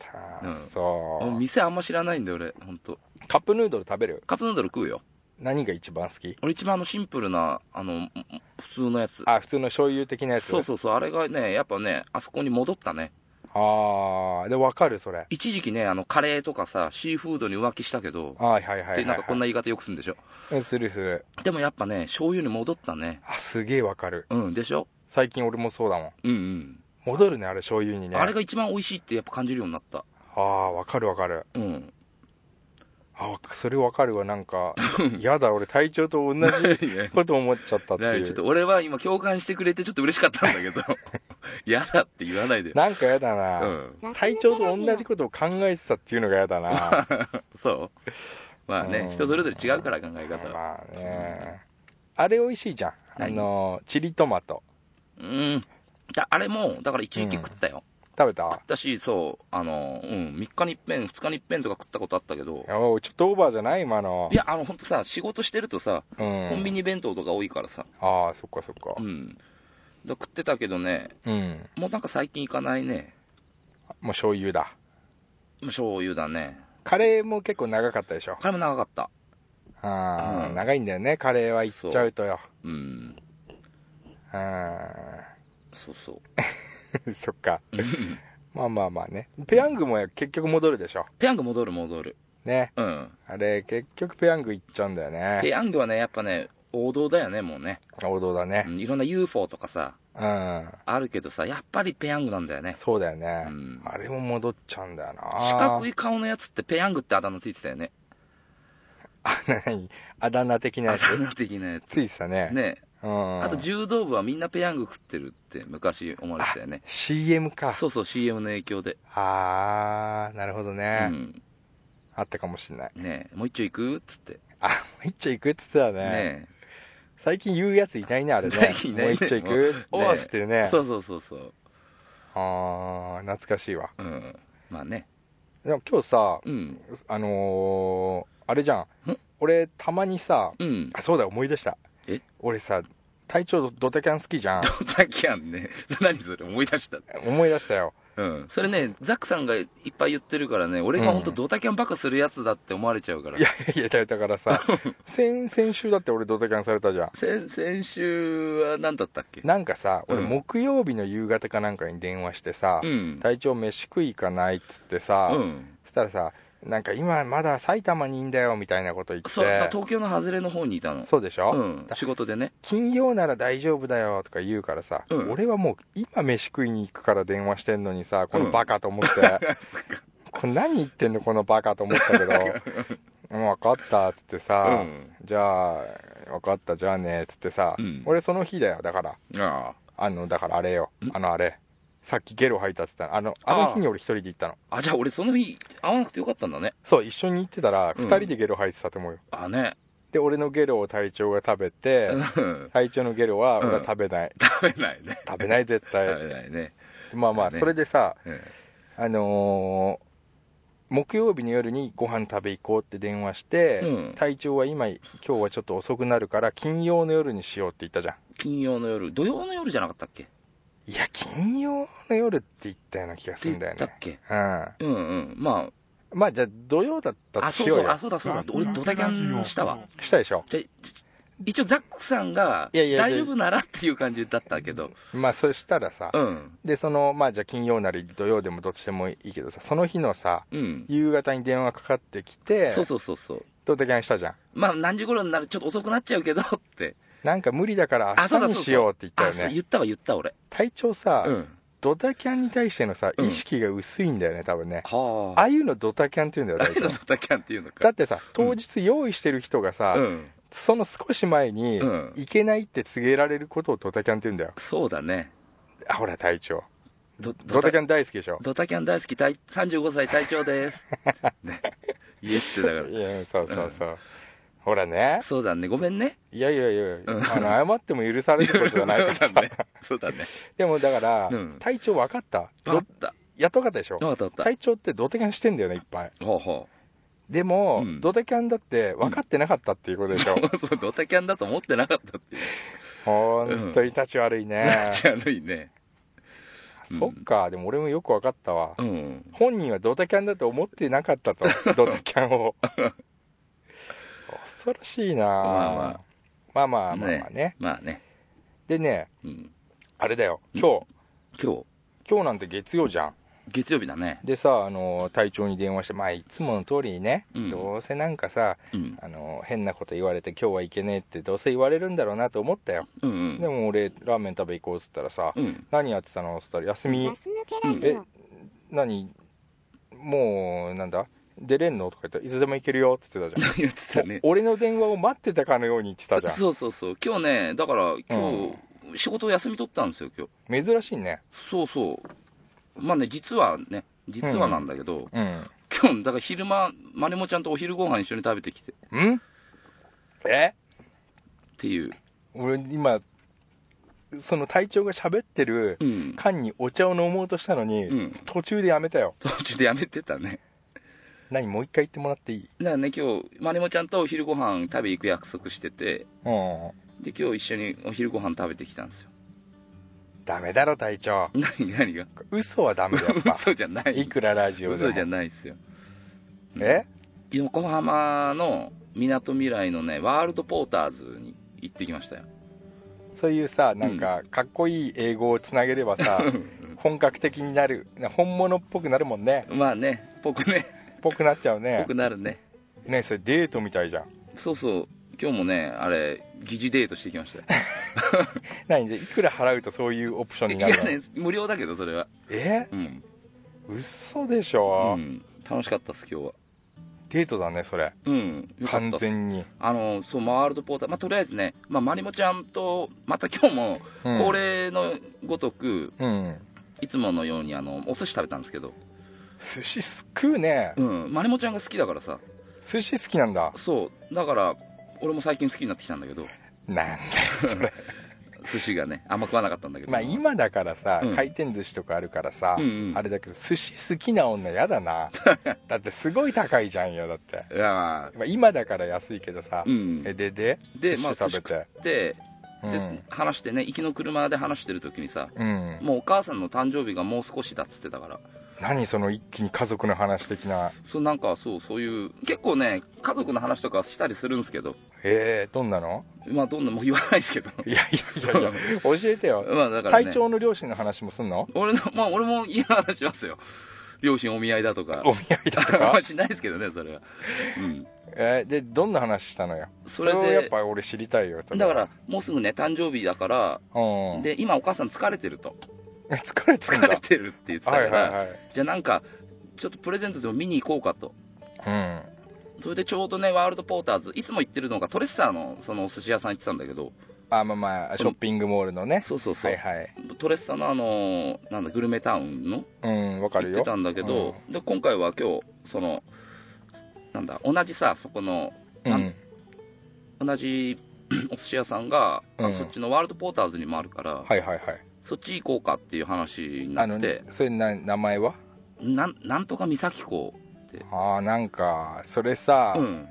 Speaker 4: た
Speaker 3: うん
Speaker 4: そ
Speaker 3: もう
Speaker 4: う
Speaker 3: 店あんま知らないんだよ俺、ほんと。
Speaker 4: カップヌードル食べる
Speaker 3: カップヌードル食うよ。
Speaker 4: 何が一番好き
Speaker 3: 俺一番あのシンプルな、あの、普通のやつ。
Speaker 4: あ普通の醤油的なやつ
Speaker 3: そうそうそう、あれがね、やっぱね、あそこに戻ったね。
Speaker 4: ああでわかるそれ
Speaker 3: 一時期ね、あの、カレーとかさ、シーフードに浮気したけど、
Speaker 4: はいはいはいは
Speaker 3: で
Speaker 4: い、
Speaker 3: なんかこんな
Speaker 4: な
Speaker 3: 言い方よくするんでしょ。
Speaker 4: するする
Speaker 3: でもやっぱね、醤油に戻ったね。
Speaker 4: あすげえわかる
Speaker 3: うん、でしょ
Speaker 4: 最近俺もそうだもん
Speaker 3: うんうん。
Speaker 4: 戻るねあれ醤油にね
Speaker 3: あれが一番美味しいってやっぱ感じるようになった。
Speaker 4: ああわかるわかる
Speaker 3: うん。
Speaker 4: あわそれわかるわなんかやだ俺隊長と同 じこと思っちゃったって
Speaker 3: ね
Speaker 4: い
Speaker 3: ちょっ
Speaker 4: う
Speaker 3: と俺は今共感してくれてちょっと嬉しかったんだけ ど、嫌だって言わないでよ。
Speaker 4: なんかやだ
Speaker 3: う
Speaker 4: な、
Speaker 3: ん。
Speaker 4: 隊長と同じことを考えてたっていうのが やだな
Speaker 3: そうまあね
Speaker 4: う、ん
Speaker 3: 人それぞれ違うから考え方は。
Speaker 4: まあねあれ美味しいじゃんあ
Speaker 3: 何
Speaker 4: のチリトマト
Speaker 3: うん。だあれも、だから一時期食ったよ。
Speaker 4: 食べた
Speaker 3: 食ったし、そう、あの、うん、3日に一遍、2日に一遍とか食ったことあったけど、
Speaker 4: おいちょっとオーバーじゃない今の
Speaker 3: いや、あの、ほんとさ、仕事してるとさ、
Speaker 4: うん
Speaker 3: コンビニ弁当とか多いからさ、
Speaker 4: ああそっかそっか
Speaker 3: うん。だ食ってたけどね、
Speaker 4: うん
Speaker 3: もうなんか最近行かないね。
Speaker 4: もう醤油だ
Speaker 3: 醤油だね。
Speaker 4: カレーも結構長かったでしょ
Speaker 3: これも長かった。
Speaker 4: ああ、
Speaker 3: うん
Speaker 4: 長いんだよねカレーは行っちゃうとよ
Speaker 3: うん。
Speaker 4: う
Speaker 3: そうそ
Speaker 4: んそっか
Speaker 3: う。うん
Speaker 4: まあまあまあねペヤングも結局戻るでしょ
Speaker 3: ペヤング戻る戻る。
Speaker 4: ね
Speaker 3: うん。
Speaker 4: あれ結局ペヤング行っちゃうんだよ
Speaker 3: ペ
Speaker 4: ね
Speaker 3: ヤングはね、やっぱね、王道だよね、もうね。
Speaker 4: 王道だ
Speaker 3: う
Speaker 4: ね
Speaker 3: んいろんな UFO とかさ、
Speaker 4: うん
Speaker 3: あるけどさ、やっぱりペヤングなんだよね。
Speaker 4: そうだよね、
Speaker 3: うん
Speaker 4: あれも戻っちゃうんだよな
Speaker 3: 四角い顔のやつってペヤングってあだ名ついてたよね。
Speaker 4: あ 何あだ名的な
Speaker 3: あ
Speaker 4: やつ
Speaker 3: だ名的なやつ。
Speaker 4: ついてたね
Speaker 3: ね
Speaker 4: うん
Speaker 3: あと柔道部はみんなペヤング食ってるって昔思われてたよね。
Speaker 4: CM か
Speaker 3: そうそう、CM の影響で。
Speaker 4: ああなるほど
Speaker 3: う
Speaker 4: ね、
Speaker 3: ん。
Speaker 4: あったかもしんない
Speaker 3: ねえもう一丁行くっつって。
Speaker 4: あもう一丁行くっつってたね
Speaker 3: ね
Speaker 4: 最近言うやついないねあれ
Speaker 3: 最
Speaker 4: ね
Speaker 3: 近いないね
Speaker 4: もう一丁行く
Speaker 3: もう
Speaker 4: お
Speaker 3: ね
Speaker 4: ーっつって
Speaker 3: え
Speaker 4: ね
Speaker 3: そうそうそうそう。
Speaker 4: ああ懐かしいわ
Speaker 3: うん。まあね。
Speaker 4: でも今日さ
Speaker 3: うん。
Speaker 4: あのーあれじゃん
Speaker 3: ん
Speaker 4: 俺たまにさ
Speaker 3: うん。
Speaker 4: あそうだ思い出した
Speaker 3: え
Speaker 4: 俺さ隊長ドタキャン好き じゃん
Speaker 3: ドタキャンね。何それ思い出した。
Speaker 4: 思い出したよ
Speaker 3: うん。それね、ザックさんがいっぱい言ってるからね、俺が本当ドタキャンばっかするやつだって思われちゃうから。
Speaker 4: いやいやだだか らさ先先週だって俺ドタキャンされたじゃん
Speaker 3: 先、先週は何だったっけ
Speaker 4: なんかさ俺
Speaker 3: うん
Speaker 4: 木曜日の夕方かなんかに電話してさ、
Speaker 3: うん。
Speaker 4: 隊長飯食い行かないっつってさ、
Speaker 3: うん。
Speaker 4: そしたらさなんか今まだ埼玉にいんだよみたいなこと言って
Speaker 3: そう、東京の外れの方にいたの。
Speaker 4: そうでしょ、
Speaker 3: うん。仕事でね。
Speaker 4: 金曜なら大丈夫だよとか言うからさ、
Speaker 3: うん
Speaker 4: 俺はもう今飯食いに行くから電話してんのにさこのバカと思って、 これ何言ってんのこのバカと思ったけどうん分かったっつって
Speaker 3: う
Speaker 4: さ、
Speaker 3: ん。
Speaker 4: じゃあ分かったじゃあねっつってさ、
Speaker 3: うん
Speaker 4: 俺その日だよだから
Speaker 3: あ
Speaker 4: あのだからあれよ
Speaker 3: ん
Speaker 4: あのあれさっきゲロ吐いたっつったのあのあの日に俺一人で行ったの
Speaker 3: あ。あ、じゃあ俺その日会わなくてよかったんだね。
Speaker 4: そう一緒に行ってたら
Speaker 3: うん
Speaker 4: 二人でゲロ吐いてたと思うよ、
Speaker 3: あね。
Speaker 4: で俺のゲロを隊長が食べて、
Speaker 3: うん
Speaker 4: 隊長のゲロは俺
Speaker 3: う
Speaker 4: は
Speaker 3: ん
Speaker 4: 食べない、
Speaker 3: 食べないね。
Speaker 4: 食べない絶対、
Speaker 3: 食べないね。
Speaker 4: まあまあ
Speaker 3: ね
Speaker 4: それでさ、
Speaker 3: うん
Speaker 4: あのー木曜日の夜にご飯食べ行こうって電話して、
Speaker 3: うん
Speaker 4: 隊長は今今日はちょっと遅くなるから金曜の夜にしようって言ったじゃん
Speaker 3: 金曜の夜、土曜の夜じゃなかったっけっ
Speaker 4: いや金曜の夜って言ったような気がす
Speaker 3: て言
Speaker 4: るんだ
Speaker 3: っ
Speaker 4: よ
Speaker 3: たっ
Speaker 4: ね
Speaker 3: け
Speaker 4: うん
Speaker 3: うんうん。ま
Speaker 4: まあじゃあ土曜だった
Speaker 3: あ、
Speaker 4: と
Speaker 3: あ、そ
Speaker 4: し
Speaker 3: う
Speaker 4: よう
Speaker 3: そう、
Speaker 4: よ
Speaker 3: あ、そうだそうだ。俺ドタキャンしたわ。
Speaker 4: したでしょ
Speaker 3: じゃ、一応ザックさんが、
Speaker 4: いやいや
Speaker 3: 大丈夫ならっていう感じだったけど、
Speaker 4: まあそしたらさ、
Speaker 3: うん、
Speaker 4: でそのまあじゃあ金曜なり土曜でもどっちでもいいけどさその日のさ
Speaker 3: うん。
Speaker 4: 夕方に電話かかってきて
Speaker 3: そうそうそうそう。
Speaker 4: ドタキャンしたじゃん
Speaker 3: まあ、何時頃になるちょっと遅くなっちゃうけどって。
Speaker 4: なんか無理だから
Speaker 3: あそう
Speaker 4: 明
Speaker 3: だ
Speaker 4: 日
Speaker 3: そうだ
Speaker 4: にしようって言った
Speaker 3: あ、
Speaker 4: よ
Speaker 3: そう
Speaker 4: ね
Speaker 3: 言ったわ、言った、俺。
Speaker 4: 隊長さ、
Speaker 3: うん。
Speaker 4: ドタキャンに対してのさ
Speaker 3: うん
Speaker 4: 意識が薄いんだよね多分ね、
Speaker 3: は
Speaker 4: あ
Speaker 3: あ。
Speaker 4: あいうのドタキャンって言うんだ
Speaker 3: あ
Speaker 4: よ
Speaker 3: い
Speaker 4: 大
Speaker 3: の
Speaker 4: 体
Speaker 3: ドタキャンっていうの
Speaker 4: だ
Speaker 3: か
Speaker 4: っ。てさ当日用意してる人がさ、
Speaker 3: うん。
Speaker 4: その少し前に、
Speaker 3: うん
Speaker 4: いけないって告げられることをドタキャンって言うんだよ
Speaker 3: そうだね。
Speaker 4: あほら隊長
Speaker 3: ド
Speaker 4: ドタキ
Speaker 3: ャン。
Speaker 4: ャン大好きでしょ
Speaker 3: ドタキャン大好き、隊35歳隊長です。ね。言えってだから
Speaker 4: い。やそうそうそう、ほらね
Speaker 3: そうだね、ごめんね。
Speaker 4: いやいやいや、
Speaker 3: ん
Speaker 4: あの謝っても許されることじゃないからさ、
Speaker 3: そうだね。
Speaker 4: でもだから、
Speaker 3: うん
Speaker 4: 隊長分かった
Speaker 3: わかっ
Speaker 4: ど
Speaker 3: た。
Speaker 4: やっと分かったでしょ
Speaker 3: わかった、わかっ
Speaker 4: 隊長ってドタキャンしてんだよねいっぱい
Speaker 3: た。ほうほ
Speaker 4: でも、
Speaker 3: うん
Speaker 4: ドタキャンだって分かってなかったっていうことでしょ、
Speaker 3: う。 そう、ドタキャンだと思ってなかったっていう。
Speaker 4: ほんとに立ち悪いね
Speaker 3: めっ、ちゃ悪いね。うん
Speaker 4: そっかでも俺もよく分かったわ、
Speaker 3: うん。
Speaker 4: 本人はドタキャンだと思ってなかった とドタキャンを恐ろしいな
Speaker 3: まあまあ
Speaker 4: まあまあまあまあね
Speaker 3: まあね。
Speaker 4: でね
Speaker 3: うん。
Speaker 4: あれだよ今日
Speaker 3: 今日。
Speaker 4: 今日なんて月曜じゃん
Speaker 3: 月曜日だね。
Speaker 4: でさあの隊長に電話してまあいつもの通りにね、
Speaker 3: うん
Speaker 4: どうせなんかさ
Speaker 3: うん。
Speaker 4: あの変なこと言われて今日はいけねえってどうせ言われるんだろうなと思ったよ、
Speaker 3: うんうん。
Speaker 4: でも俺ラーメン食べ行こうっつったらさ、
Speaker 3: うん。
Speaker 4: 何やってたのっつったら休み
Speaker 5: ガス抜けラジ
Speaker 4: え
Speaker 5: オ。
Speaker 4: 何もうなんだ出れんのとか言ったらいつでも行けるよっつってたじゃん
Speaker 3: 言ってたね。
Speaker 4: お俺の電話を待ってたかのように言ってたじゃ
Speaker 3: そうそうそう。今日ね、だから今日、仕事を休み取ったんですよ、今日。
Speaker 4: ん珍しいね
Speaker 3: そうそう。まあね、実はね、実はなんだけど、
Speaker 4: うん
Speaker 3: 今日、だから昼間、まねもちゃんとお昼ご飯一緒に食べてきてっ
Speaker 4: んえ
Speaker 3: ていう。
Speaker 4: 俺今その隊長が喋ってる
Speaker 3: うん。
Speaker 4: 間にお茶を飲もうとしたのに、
Speaker 3: うん。
Speaker 4: 途中でやめたよ
Speaker 3: 途中でやめてたね。
Speaker 4: 何もう一回言ってもらっていい
Speaker 3: だからね、今日、まねもちゃんとお昼ご飯食べ行く約束してて、
Speaker 4: うん
Speaker 3: で、今日一緒にお昼ご飯食べてきたんですよ。
Speaker 4: ダメだろ隊長
Speaker 3: 何、何が
Speaker 4: 嘘はダメだやっぱ
Speaker 3: 嘘じゃない。
Speaker 4: いくらラジオでも
Speaker 3: 嘘じゃないですよ。うん
Speaker 4: え
Speaker 3: 横浜のみなとみらいのね、ワールドポーターズに行ってきましたよ。
Speaker 4: そういうさなんかかっこいい英語をつなげればさ、本格的になるな本物っぽくなるもんね
Speaker 3: まあね、僕ね、
Speaker 4: っぽくなっちゃうね
Speaker 3: 僕なるね。
Speaker 4: ねそれデートみたいじゃん
Speaker 3: そうそう、今日もね、あれ、疑似デートしてきま したよ。
Speaker 4: 何でいくら払うとそういうオプションに
Speaker 3: い
Speaker 4: なる
Speaker 3: や
Speaker 4: の
Speaker 3: ね、無料だけど、それは。
Speaker 4: え
Speaker 3: うん。
Speaker 4: 嘘でし
Speaker 3: う
Speaker 4: ょ、
Speaker 3: ん、楽しかったっす、今日は。
Speaker 4: デートだねそれ
Speaker 3: うん、よかっ
Speaker 4: 完
Speaker 3: たっす
Speaker 4: 全に、
Speaker 3: あの、そう、ワールドポーター、まあ、とりあえずね、まあ、まりもちゃんと、また今日も、
Speaker 4: うん、
Speaker 3: 恒例のごとく、
Speaker 4: うん
Speaker 3: いつものように、あの、お寿司食べたんですけど、
Speaker 4: 寿司食うね
Speaker 3: うん、まりもちゃんが好きだからさ、
Speaker 4: 寿司好きなんだ
Speaker 3: そう、だから、俺も最近好きになってきたんだけど、
Speaker 4: なんだよ それ
Speaker 3: 寿司がね、あんま食わなかったんだけど。
Speaker 4: まあ今だからさ、
Speaker 3: うん
Speaker 4: 回転寿司とかあるからさ、
Speaker 3: うんうん
Speaker 4: あれだけど寿司好きな女や だなだってすごい高いじゃんよだって
Speaker 3: いや
Speaker 4: まあ今だから安いけどさ、
Speaker 3: うん。
Speaker 4: えでで
Speaker 3: で、
Speaker 4: 寿
Speaker 3: まあ、
Speaker 4: 司
Speaker 3: 寿
Speaker 4: 食
Speaker 3: 司
Speaker 4: べ
Speaker 3: 食っ
Speaker 4: て、
Speaker 3: て、
Speaker 4: うん
Speaker 3: で、話してね、行きの車で話してる時にさ、
Speaker 4: うん、
Speaker 3: もうお母さんの誕生日がもう少しだっつってたから、
Speaker 4: 何その一気に家族の話的な
Speaker 3: そうなんかそう、そういう、結構ね、家族の話とかしたりするんですけど、
Speaker 4: えー、どんなの
Speaker 3: まあ、どんなもう言わないですけ ど、
Speaker 4: いやいやいやいや教えてよ、
Speaker 3: まあ、だから、ね、
Speaker 4: 隊長の両親の話もすんの
Speaker 3: 俺の、 まあ、俺も嫌な話しますよ。両親お見合いだとか。
Speaker 4: お見合いだと
Speaker 3: あんま
Speaker 4: か、
Speaker 3: しないですけどね、それは。うん。
Speaker 4: えーでどんな話したのよ
Speaker 3: それ
Speaker 4: をやっ
Speaker 3: で、
Speaker 4: ぱ俺知りたいよ
Speaker 3: だから、もうすぐね、誕生日だから、
Speaker 4: うん
Speaker 3: で、今お母さん疲れてると。
Speaker 4: え疲れてん
Speaker 3: 疲れ
Speaker 4: だ
Speaker 3: てるって言ってたか
Speaker 4: は
Speaker 3: ら、
Speaker 4: いはいはい
Speaker 3: じゃあなんか、ちょっとプレゼントでも見に行こうかと。
Speaker 4: うん
Speaker 3: それでちょうどね、ワールドポーターズ、いつも行ってるのがトレッサーの、そのお寿司屋さん行ってたんだけど、
Speaker 4: あまあまあショッピングモールのね
Speaker 3: そうそうそ
Speaker 4: は
Speaker 3: う、
Speaker 4: いはい
Speaker 3: トレッサーのあのーなんだ、グルメタウンの
Speaker 4: うんわか
Speaker 3: 行
Speaker 4: る
Speaker 3: っ
Speaker 4: よ
Speaker 3: てたんだけど、で、今回は今日、その、なんだ、同じさ、そこの、
Speaker 4: うん、
Speaker 3: なん同じ お寿司屋さんが、あの
Speaker 4: うん
Speaker 3: そっちのワールドポーターズにもあるから、
Speaker 4: はいはいはい
Speaker 3: そっち行こうかっていう話に
Speaker 4: あ
Speaker 3: な
Speaker 4: の
Speaker 3: って、
Speaker 4: それな名前は
Speaker 3: なんなんとか岬港、
Speaker 4: ああなんかそれさ、
Speaker 3: うん、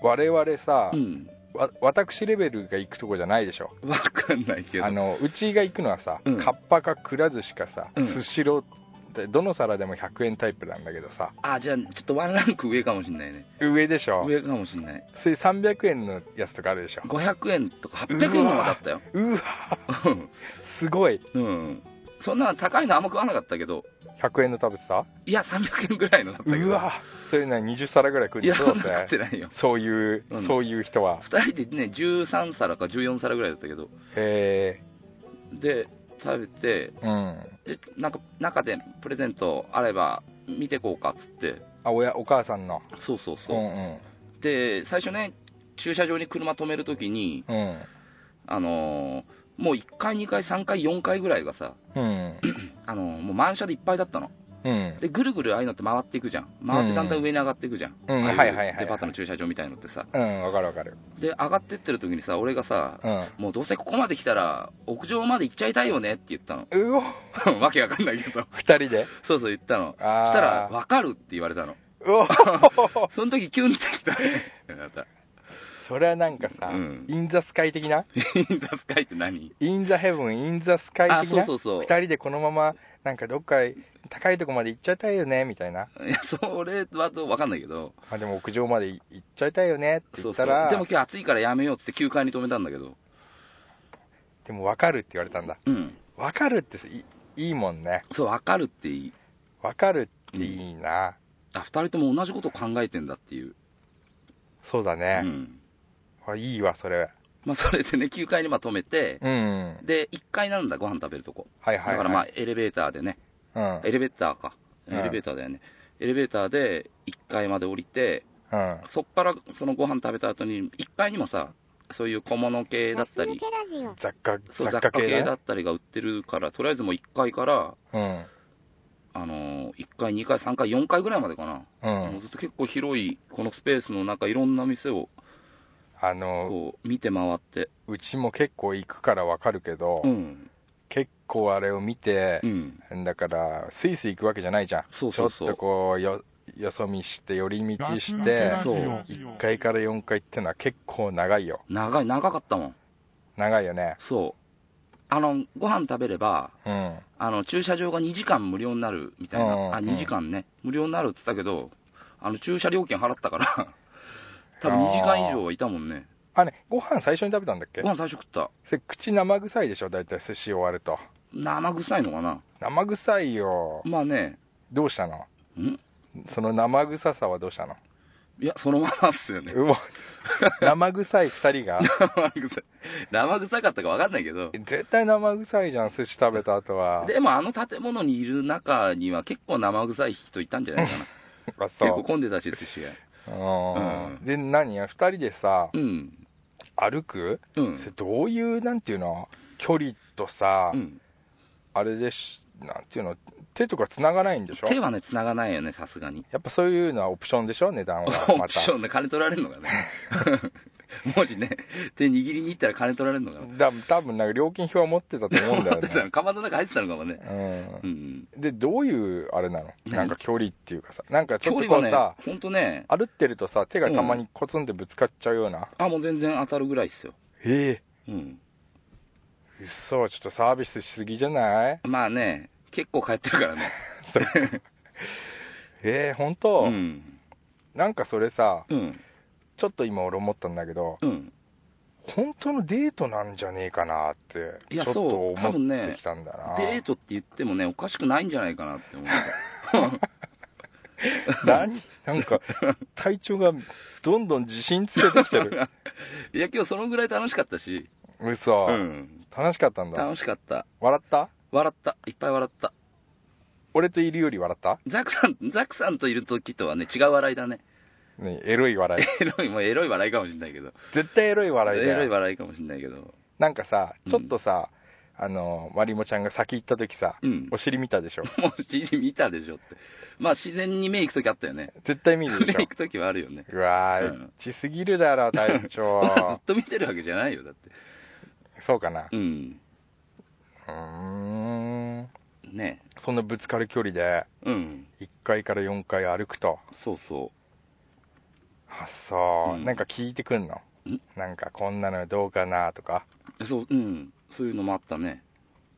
Speaker 4: 我々さ、
Speaker 3: うん、
Speaker 4: わ私レベルが行くとこじゃないでしょ
Speaker 3: わかんないけど
Speaker 4: あ、のうちが行くのはさ、
Speaker 3: うん
Speaker 4: カッパかくら寿司かさ
Speaker 3: うん
Speaker 4: スシローってどの皿でも100円タイプなんだけどさ
Speaker 3: あ、じゃあ、ちょっとワンランク上かもしんないね、
Speaker 4: 上でしょ
Speaker 3: 上かもしんない、
Speaker 4: それ300円のやつとかあるでしょ
Speaker 3: 500円とか800円とかだったよ、
Speaker 4: うわすごい
Speaker 3: うん、そんな高いのあんま食わなかったけど、
Speaker 4: 100円の食べてた
Speaker 3: いや、300円ぐらいのだったけど、
Speaker 4: うわそれな20皿ぐらい食う
Speaker 3: い
Speaker 4: で
Speaker 3: や、
Speaker 4: し
Speaker 3: そん
Speaker 4: ょ
Speaker 3: な食ってないよ。
Speaker 4: そういう、
Speaker 3: うん
Speaker 4: そういう人は
Speaker 3: 2人でね13皿か14皿ぐらいだったけど
Speaker 4: へ
Speaker 3: で食べて
Speaker 4: えうん
Speaker 3: でなんか中でプレゼントあれば見てこうかっつって
Speaker 4: あおやお母さんの
Speaker 3: そうそう
Speaker 4: う
Speaker 3: そう、
Speaker 4: んうん
Speaker 3: で最初ね駐車場に車止めるときに
Speaker 4: うん
Speaker 3: あのーもう1階2階3階4階ぐらいがさ、
Speaker 4: うん
Speaker 3: あのーもう満車でいっぱいだったの
Speaker 4: うん
Speaker 3: でぐるぐるああいうのって回っていくじゃん回ってだんだん上に上がっていくじゃん、
Speaker 4: うん
Speaker 3: ああ
Speaker 4: はいはいはいはい
Speaker 3: デパートの駐車場みたいのってさ
Speaker 4: うんわかるわかる
Speaker 3: で上がってってる時にさ俺がさ、
Speaker 4: うん
Speaker 3: もうどうせここまで来たら屋上まで行っちゃいたいよねって言ったの
Speaker 4: うお
Speaker 3: わけわかんないけど
Speaker 4: 二 人で
Speaker 3: そうそう言ったの
Speaker 4: あー
Speaker 3: したら分かるって言われたの
Speaker 4: うお
Speaker 3: その時キュンってきたねあなた
Speaker 4: それはなんかさ、
Speaker 3: うん
Speaker 4: インザスカイ的な
Speaker 3: インザスカイって何
Speaker 4: インザヘブンインザスカイ的な
Speaker 3: あそうそうそう
Speaker 4: 2人でこのままなんかどっか高いとこまで行っちゃいたいよねみたいない
Speaker 3: やそれはどう分かんないけど
Speaker 4: あでも屋上まで行っちゃいたいよねって
Speaker 3: そ
Speaker 4: 言
Speaker 3: う
Speaker 4: っ
Speaker 3: そ
Speaker 4: た
Speaker 3: う
Speaker 4: ら
Speaker 3: でも今日暑いからやめようっつって休館に止めたんだけど
Speaker 4: でも分かるって言われたんだ
Speaker 3: うん
Speaker 4: 分かるっていいいもんね
Speaker 3: そう分かるっていい
Speaker 4: わかるっていいな、
Speaker 3: あ2人とも同じことを考えてんだっていう、
Speaker 4: そうだ
Speaker 3: う
Speaker 4: ね、
Speaker 3: ん
Speaker 4: あいいわそれ
Speaker 3: まあ、それでね9階にまあ止めて、
Speaker 4: うん
Speaker 3: で1階なんだご飯食べるとこ
Speaker 4: はい
Speaker 3: だ
Speaker 4: はい、はい、
Speaker 3: からまあエレベーターでね、
Speaker 4: うん
Speaker 3: エレベーターか
Speaker 4: うん
Speaker 3: エレベーターだよね、エレベーターで1階まで降りて
Speaker 4: うん
Speaker 3: そっからそのご飯食べた後に1階にもさそういう小物系だったり
Speaker 4: 雑貨
Speaker 3: そう雑
Speaker 4: 雑貨
Speaker 3: 貨
Speaker 4: 系
Speaker 3: 系
Speaker 4: ね
Speaker 3: だったりが売ってるからとりあえずもう1階から、
Speaker 4: うん
Speaker 3: あのー、1階2階3階4階ぐらいまでかな、
Speaker 4: う
Speaker 3: もうんずっと結構広いこのスペースの中いろんな店を
Speaker 4: あの
Speaker 3: こう見て回って
Speaker 4: うちも結構行くからわかるけど、
Speaker 3: うん
Speaker 4: 結構あれを見て
Speaker 3: う、ん
Speaker 4: だからスイスイ行くわけじゃないじゃん
Speaker 3: そうそうそう
Speaker 4: ちょっとこうよよそ見して寄り道し
Speaker 1: ガ
Speaker 4: て
Speaker 1: ス抜けラジ
Speaker 3: そう
Speaker 1: オ
Speaker 4: 1階から4階ってのは結構長いよ
Speaker 3: 長い長かったもん
Speaker 4: 長いよね
Speaker 3: そうあのご飯食べれば
Speaker 4: うん
Speaker 3: あの駐車場が2時間無料になるみたいな、
Speaker 4: うん
Speaker 3: あ2時間ね、無料になるって言ったけど、あの駐車料金払ったから、多分2時間以上はいたもんね、
Speaker 4: あれご飯最初に食べたんだっけ
Speaker 3: ご飯最初食った、
Speaker 4: それ口生臭いでしょ大体寿司終わると
Speaker 3: 生臭いのかな、
Speaker 4: 生臭いよ
Speaker 3: まあね、
Speaker 4: どうしたの
Speaker 3: ん
Speaker 4: その生臭さはど うしたの
Speaker 3: いや、そのままっすよね、
Speaker 4: うわ生臭い2人が
Speaker 3: 生臭い、生臭かったか分かんないけど、
Speaker 4: 絶対生臭いじゃん寿司食べた後は
Speaker 3: でもあの建物にいる中には、結構生臭い人いたんじゃないかな、
Speaker 4: あそ
Speaker 3: 結構
Speaker 4: う
Speaker 3: 混んでたし、寿司屋、
Speaker 4: うん
Speaker 3: うん
Speaker 4: で何2人でさ
Speaker 3: うん、
Speaker 4: 歩く
Speaker 3: う
Speaker 4: それ
Speaker 3: ん、
Speaker 4: どういうなんていうの距離とさ、
Speaker 3: うん、
Speaker 4: あれでしなんていうの手とかつながないんでしょ
Speaker 3: 手はね、繋がないよね、さすがに。
Speaker 4: やっぱそういうのはオプションでしょ 値段は
Speaker 3: オ
Speaker 4: ま
Speaker 3: プシ
Speaker 4: た
Speaker 3: ョンで金取られるの かねもしね手握りに行ったら金取られるのかな
Speaker 4: だ多分なんか料金表は持ってたと思うんだよ
Speaker 3: 持ってた
Speaker 4: ね
Speaker 3: のカバンの中入ってたのかもね
Speaker 4: う
Speaker 3: うん
Speaker 4: ん、でどういうあれなのなんか距離っていうかさなんかち
Speaker 3: 距
Speaker 4: ょっ
Speaker 3: 離
Speaker 4: と
Speaker 3: は
Speaker 4: こう
Speaker 3: ね
Speaker 4: さ、
Speaker 3: 本当ね、
Speaker 4: 歩ってるとさ手がたまにコツンってぶつかっちゃうような、
Speaker 3: あ、もう全然当たるぐらいっすよ。
Speaker 4: え
Speaker 3: うん。
Speaker 4: えうそちょっとサービスしすぎじゃない
Speaker 3: まあね、結構帰ってるからね。
Speaker 4: そ れええ本当、
Speaker 3: うん。
Speaker 4: なんかそれさ
Speaker 3: うん。
Speaker 4: ちょっと今俺思ったんだけど
Speaker 3: うん。
Speaker 4: 本当のデートなんじゃねえかなって
Speaker 3: い
Speaker 4: ちょ
Speaker 3: や
Speaker 4: っと
Speaker 3: そう多分
Speaker 4: 思
Speaker 3: ね
Speaker 4: ってきたんだな、
Speaker 3: デートって言ってもね、おかしくないんじゃないかなって思う。
Speaker 4: 何なんか体調がどんどん自信つけてき てる
Speaker 3: いや、今日そのぐらい楽しかったし。
Speaker 4: 嘘、
Speaker 3: うん。
Speaker 4: 楽しかったんだ
Speaker 3: 楽しかった。
Speaker 4: 笑った
Speaker 3: 笑った。いっぱい笑った。
Speaker 4: 俺といるより笑った、
Speaker 3: ザクさん、 ザクさんといる時とはね、違う笑いだね。
Speaker 4: ね、エロい笑
Speaker 3: エ
Speaker 4: い
Speaker 3: ロい、もうエロい笑いかもしれないけど。
Speaker 4: 絶対エロい笑いだよ
Speaker 3: エロい笑いかもしれないけど。
Speaker 4: なんかさ
Speaker 3: うん
Speaker 4: ちょっとさ、あのまりもちゃんが先行った時さ
Speaker 3: うん。
Speaker 4: お尻見たでしょ
Speaker 3: もう尻見たでしょって。まあ自然に目行く時あったよね。
Speaker 4: 絶対見る
Speaker 3: 目
Speaker 4: でしょ
Speaker 3: 行く時はあるよね。
Speaker 4: うわー、エ
Speaker 3: う
Speaker 4: ッ
Speaker 3: ん
Speaker 4: チすぎるだろ隊長
Speaker 3: そんな ずっと見てるわけじゃないよ、だって。
Speaker 4: そうかな
Speaker 3: うん。
Speaker 4: うーん
Speaker 3: ね
Speaker 4: そんなぶつかる距離で
Speaker 3: うん。
Speaker 4: 1階から4階歩くと
Speaker 3: そうそ
Speaker 4: あそう、
Speaker 3: うん
Speaker 4: なんか聞いてくんの
Speaker 3: ん
Speaker 4: なんかこんなのどうかなとか
Speaker 3: う。そう、うん。そういうのもあったね。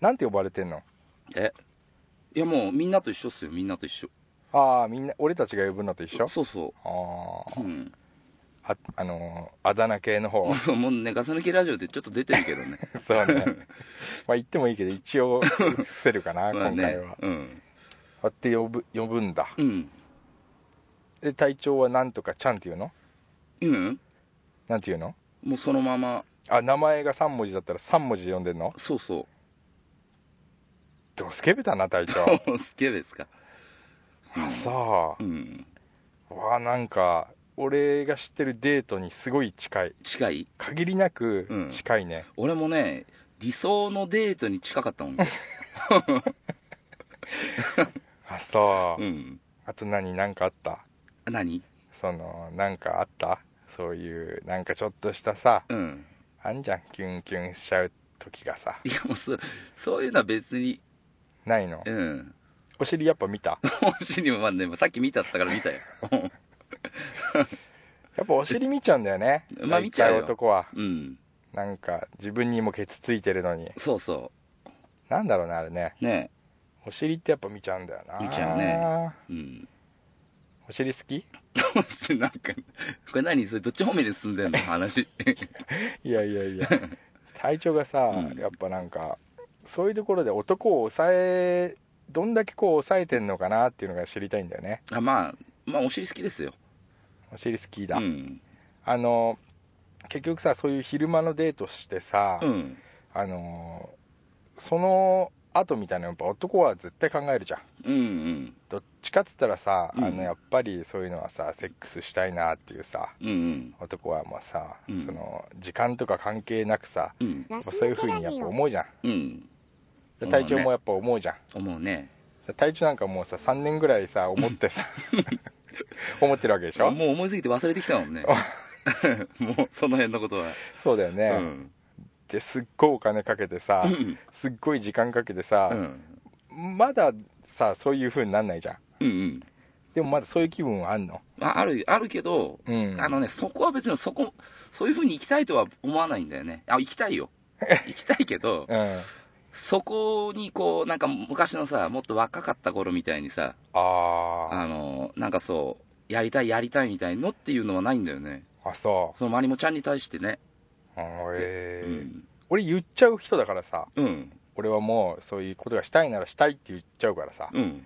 Speaker 4: なんて呼ばれてんの
Speaker 3: えいやもうみんなと一緒っすよ、みんなと一緒。
Speaker 4: ああみんな俺たちが呼ぶのと一緒
Speaker 3: そうそ
Speaker 4: あ
Speaker 3: う。
Speaker 4: ー
Speaker 3: うん。
Speaker 4: ああのーあだ名系の方
Speaker 3: もうね、ガサ抜きラジオでちょっと出てるけどね。
Speaker 4: そうねまあ言ってもいいけど一応伏せるかな
Speaker 3: まあ
Speaker 4: 今回
Speaker 3: ね
Speaker 4: は。
Speaker 3: うん。
Speaker 4: あって呼ぶ呼ぶんだ
Speaker 3: うん。
Speaker 4: で隊長はなんとかちゃんっていうの
Speaker 3: うん。
Speaker 4: なんていうの
Speaker 3: もうそのまま、
Speaker 4: あ名前が3文字だったら3文字で呼んでんの
Speaker 3: そうそ
Speaker 4: ドスケベだな 隊長
Speaker 3: う。すげえですか。
Speaker 4: あそ
Speaker 3: うん。
Speaker 4: うわあなんか俺が知ってるデートにすごい近い
Speaker 3: 近い
Speaker 4: 限りな
Speaker 3: う
Speaker 4: く
Speaker 3: ん
Speaker 4: 近いね、
Speaker 3: 俺もね理想のデートに近かったもん、
Speaker 4: あそう、
Speaker 3: うん、
Speaker 4: あと何なんかあった
Speaker 3: 何
Speaker 4: そのなんかあったそういうなんかちょっとしたさ
Speaker 3: うん
Speaker 4: あんじゃんキュンキュンしちゃう時がさ
Speaker 3: いやもうそそういうのは別に
Speaker 4: ないの
Speaker 3: うん
Speaker 4: お尻やっぱ 見た
Speaker 3: 本心にもまあねさっき見たったから見たよ
Speaker 4: やっぱお尻見ちゃうんだよね
Speaker 3: まあ見ちゃうよ
Speaker 4: 大体男は
Speaker 3: うん
Speaker 4: なんか自分にもケツついてるのに
Speaker 3: そうそ
Speaker 4: なんだろうねあれね
Speaker 3: うね
Speaker 4: お尻ってやっぱ見ちゃうんだよな
Speaker 3: 見ちゃうねうん
Speaker 4: お尻好き
Speaker 3: 本心なんかこれ何それどっち方面に進んでんの話
Speaker 4: いやいやいや隊長がさ、
Speaker 3: うん
Speaker 4: やっぱなんかそういうところで男を抑えどんだけこう抑えてんのかなっていうのが知りたいんだよね
Speaker 3: あまあまあお尻好きですよ
Speaker 4: お尻好き
Speaker 3: う
Speaker 4: だ、
Speaker 3: ん
Speaker 4: あの結局さそういう昼間のデートしてさ、
Speaker 3: うん
Speaker 4: あのその後みたいなのやっぱ男は絶対考えるじゃん
Speaker 3: うんうん
Speaker 4: どっちかっつったらさ、
Speaker 3: うん
Speaker 4: あのやっぱりそういうのはさセックスしたいなっていうさ
Speaker 3: うんうん
Speaker 4: 男はまあさ、
Speaker 3: うん
Speaker 4: その時間とか関係なくさ、
Speaker 3: うん
Speaker 4: まあそういうふうにやっぱ思うじゃん
Speaker 3: うん
Speaker 4: で
Speaker 3: そうだね
Speaker 4: 体調もやっぱ思うじゃん、
Speaker 3: 思うね
Speaker 4: で体調なんかもうさ3年ぐらいさ思ってさ 思ってるわけでしょ
Speaker 3: もう思いすぎて忘れてきたもんねもうその辺のことは、
Speaker 4: そうだよね、
Speaker 3: うん
Speaker 4: ですっごいお金かけてさ、
Speaker 3: うん
Speaker 4: すっごい時間かけて
Speaker 3: う
Speaker 4: さ、
Speaker 3: ん
Speaker 4: まださそういうふうになんないじゃん
Speaker 3: うんうん
Speaker 4: でもまだそういう気分はあんの
Speaker 3: まああるあるけど
Speaker 4: うん
Speaker 3: あのね、そこは別にそこ、そういうふうに行きたいとは思わないんだよね。あ、行きたいよ。行きたいけど、
Speaker 4: うん、
Speaker 3: そこにこう、なんか昔のさ、もっと若かった頃みたいにさ、
Speaker 4: あ
Speaker 3: あの、なんかそう、やりたいやりたいみたいのっていうのはないんだよね。
Speaker 4: ーあそ
Speaker 3: そのまりもちゃんに対してね。
Speaker 4: う、うん
Speaker 3: う
Speaker 4: えー
Speaker 3: ん。
Speaker 4: 俺言っちゃう人だからさ
Speaker 3: うん。
Speaker 4: 俺はもうそういうことがしたいならしたいって言っちゃうからさ、
Speaker 3: うん。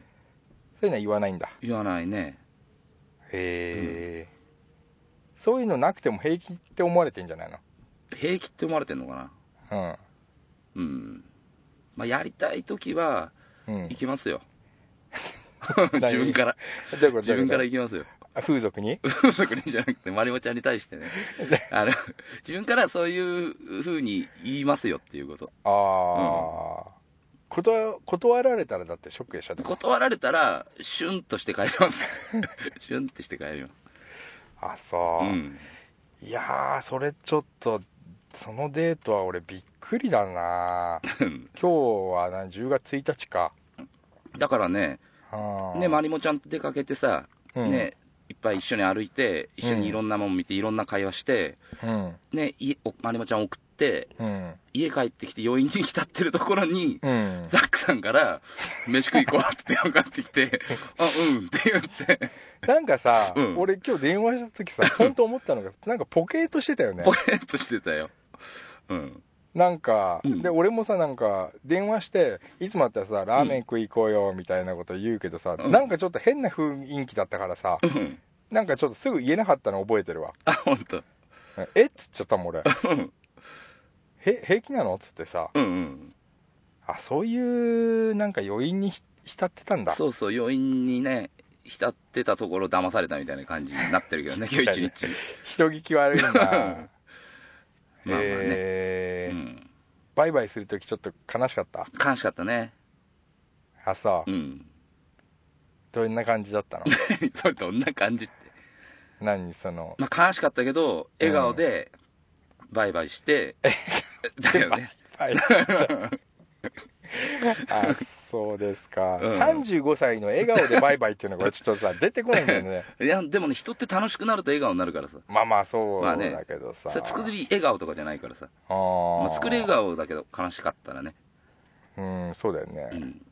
Speaker 4: そういうのは言わないんだ
Speaker 3: 言わないね。
Speaker 4: へえ、そういうのなくても平気って思われてんじゃない
Speaker 3: 平気って思われてんのかな。
Speaker 4: の
Speaker 3: うん。まあ、やりたいときは、
Speaker 4: うんうん
Speaker 3: 行きます よ。
Speaker 4: 何
Speaker 3: 自分から、
Speaker 4: どういうこと
Speaker 3: 自
Speaker 4: どういう
Speaker 3: 分
Speaker 4: こ
Speaker 3: から行
Speaker 4: と
Speaker 3: きますよ。
Speaker 4: あ風俗に
Speaker 3: そこにじゃなくて、まりもちゃんに対 してね、あの自分からそういうふうに言いますよっていうこと、
Speaker 4: ああ、こと断られたらだってショックでしょでも
Speaker 3: 断られたら、シュンとして帰り ます、シュンとして帰ります、
Speaker 4: あそうう、
Speaker 3: ん、
Speaker 4: いやーそれちょっとそのデートは俺びっくりだな今日はな10月1日か
Speaker 3: だからね、
Speaker 4: あー
Speaker 3: ねまりもちゃんと出かけてさ、
Speaker 4: うん
Speaker 3: ね、いっぱい一緒に歩いて、一緒にいろんなもん見て、いろんな会話して、
Speaker 4: うん
Speaker 3: ね、いおまりもちゃん送って、
Speaker 4: うん
Speaker 3: 家帰ってきて、余韻に浸ってるところに、
Speaker 4: うん
Speaker 3: ザックさんから、飯食い行こうって電話かかってきて、あうんって言って。
Speaker 4: なんかさ、
Speaker 3: うん
Speaker 4: 俺今日電話した時さ本当思ったのがなんかポケーとしてたよね
Speaker 3: ポケッとしてたよ。うん。
Speaker 4: なんか、
Speaker 3: うん
Speaker 4: で俺もさなんか電話していつもだったらさラーメン食い行こうよみたいなこと言うけどさ、
Speaker 3: うん
Speaker 4: なんかちょっと変な雰囲気だったからさ、
Speaker 3: うん。
Speaker 4: なんかちょっとすぐ言えなかったの覚えてるわ
Speaker 3: あ、ほんと。
Speaker 4: えっつっちゃったもん俺
Speaker 3: うん。
Speaker 4: へ平気なのっつってさ
Speaker 3: うんうん。
Speaker 4: あそういうなんか余韻にひ浸ってたんだ
Speaker 3: そうそう、余韻にね、浸ってたところ騙されたみたいな感じになってるけど ね、今日一日。
Speaker 4: 人聞き悪いん だ
Speaker 3: まあまあね
Speaker 4: へ
Speaker 3: う
Speaker 4: え
Speaker 3: ん。
Speaker 4: バイバイする時ちょっと悲しかった
Speaker 3: 悲しかったね。
Speaker 4: あさ
Speaker 3: うん。
Speaker 4: どんな感じだったの
Speaker 3: それどんな感じって。
Speaker 4: 何その
Speaker 3: まあ悲しかったけど、笑顔で、バイバイして、だよね。
Speaker 4: はいあそうですか、
Speaker 3: うん
Speaker 4: 35歳の笑顔でバイバイっていうのがちょ っとさ出てこないんだよね
Speaker 3: いや、でもね、人って楽しくなると笑顔になるからさ。
Speaker 4: まあまあそう
Speaker 3: まあね
Speaker 4: だけどさ、
Speaker 3: それ作り笑顔とかじゃないからさ。
Speaker 4: あー
Speaker 3: まあ、作り笑顔だけど悲しかったらね。
Speaker 4: うんそうだよね、
Speaker 3: うん。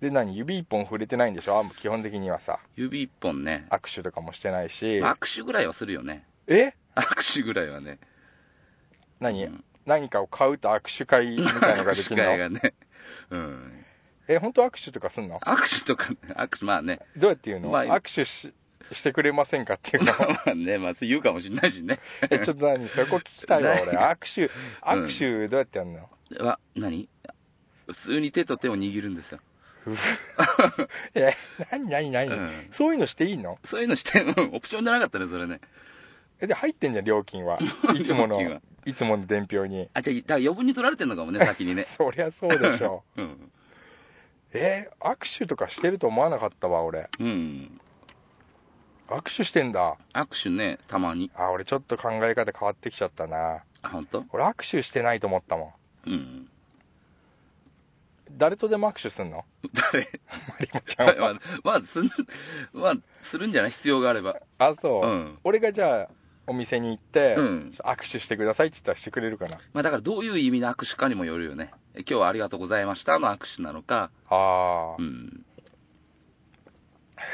Speaker 4: で何指一本触れてないんでしょあ基本的にはさ
Speaker 3: 指一本ね。
Speaker 4: 握手とかもしてないし、
Speaker 3: まあ握手ぐらいはするよね。
Speaker 4: え
Speaker 3: 握手ぐらいはね、
Speaker 4: 何、
Speaker 3: うん
Speaker 4: 何かを買うと握手会みたいのがで
Speaker 3: 握
Speaker 4: き
Speaker 3: 手
Speaker 4: る
Speaker 3: 会
Speaker 4: の
Speaker 3: がね、うん、
Speaker 4: え本当握手とかすんの
Speaker 3: 握手とかね、握手、まあね、
Speaker 4: どうやって言うの、
Speaker 3: まあ
Speaker 4: 握手ししてくれませんかっていう
Speaker 3: ま
Speaker 4: の
Speaker 3: あまあね、まあ、言うかもしれないしね、
Speaker 4: えちょっと何そこ聞きたい わ俺握手
Speaker 3: うん
Speaker 4: 握手どうやってやるの、
Speaker 3: わ何普通に手と手を握るんですよ、
Speaker 4: え何何何、
Speaker 3: うん
Speaker 4: そういうのしていいの
Speaker 3: そういうのして、うんオプションじゃなかったね、それね、
Speaker 4: えで入ってんじゃん料金はいつもの
Speaker 3: 料金はい
Speaker 4: つもの伝票に
Speaker 3: あじゃあ、だから余分に取られてんのかもね、先 にね、
Speaker 4: そりゃそうでしょ
Speaker 3: うん、
Speaker 4: え握手とかしてると思わなかったわ俺
Speaker 3: うん、
Speaker 4: 握手してんだ
Speaker 3: 握手ね、たまに、
Speaker 4: あ俺ちょっと考え方変わってきちゃったな
Speaker 3: あ本当
Speaker 4: 俺握手してないと思ったもん
Speaker 3: うん、
Speaker 4: 誰とでも握手すんの
Speaker 3: 誰、
Speaker 4: マリモちゃん
Speaker 3: ま
Speaker 4: は
Speaker 3: あ、まあ、すんまあ、するんじゃない、必要があれば、
Speaker 4: あそう、
Speaker 3: うん
Speaker 4: 俺がじゃあお店に行って、
Speaker 3: うん
Speaker 4: 握手してくださいって言ったらしてくれるかな
Speaker 3: まあ、だからどういう意味の握手かにもよるよね、今日はありがとうございましたの握手なのか、
Speaker 4: ああ、
Speaker 3: うん。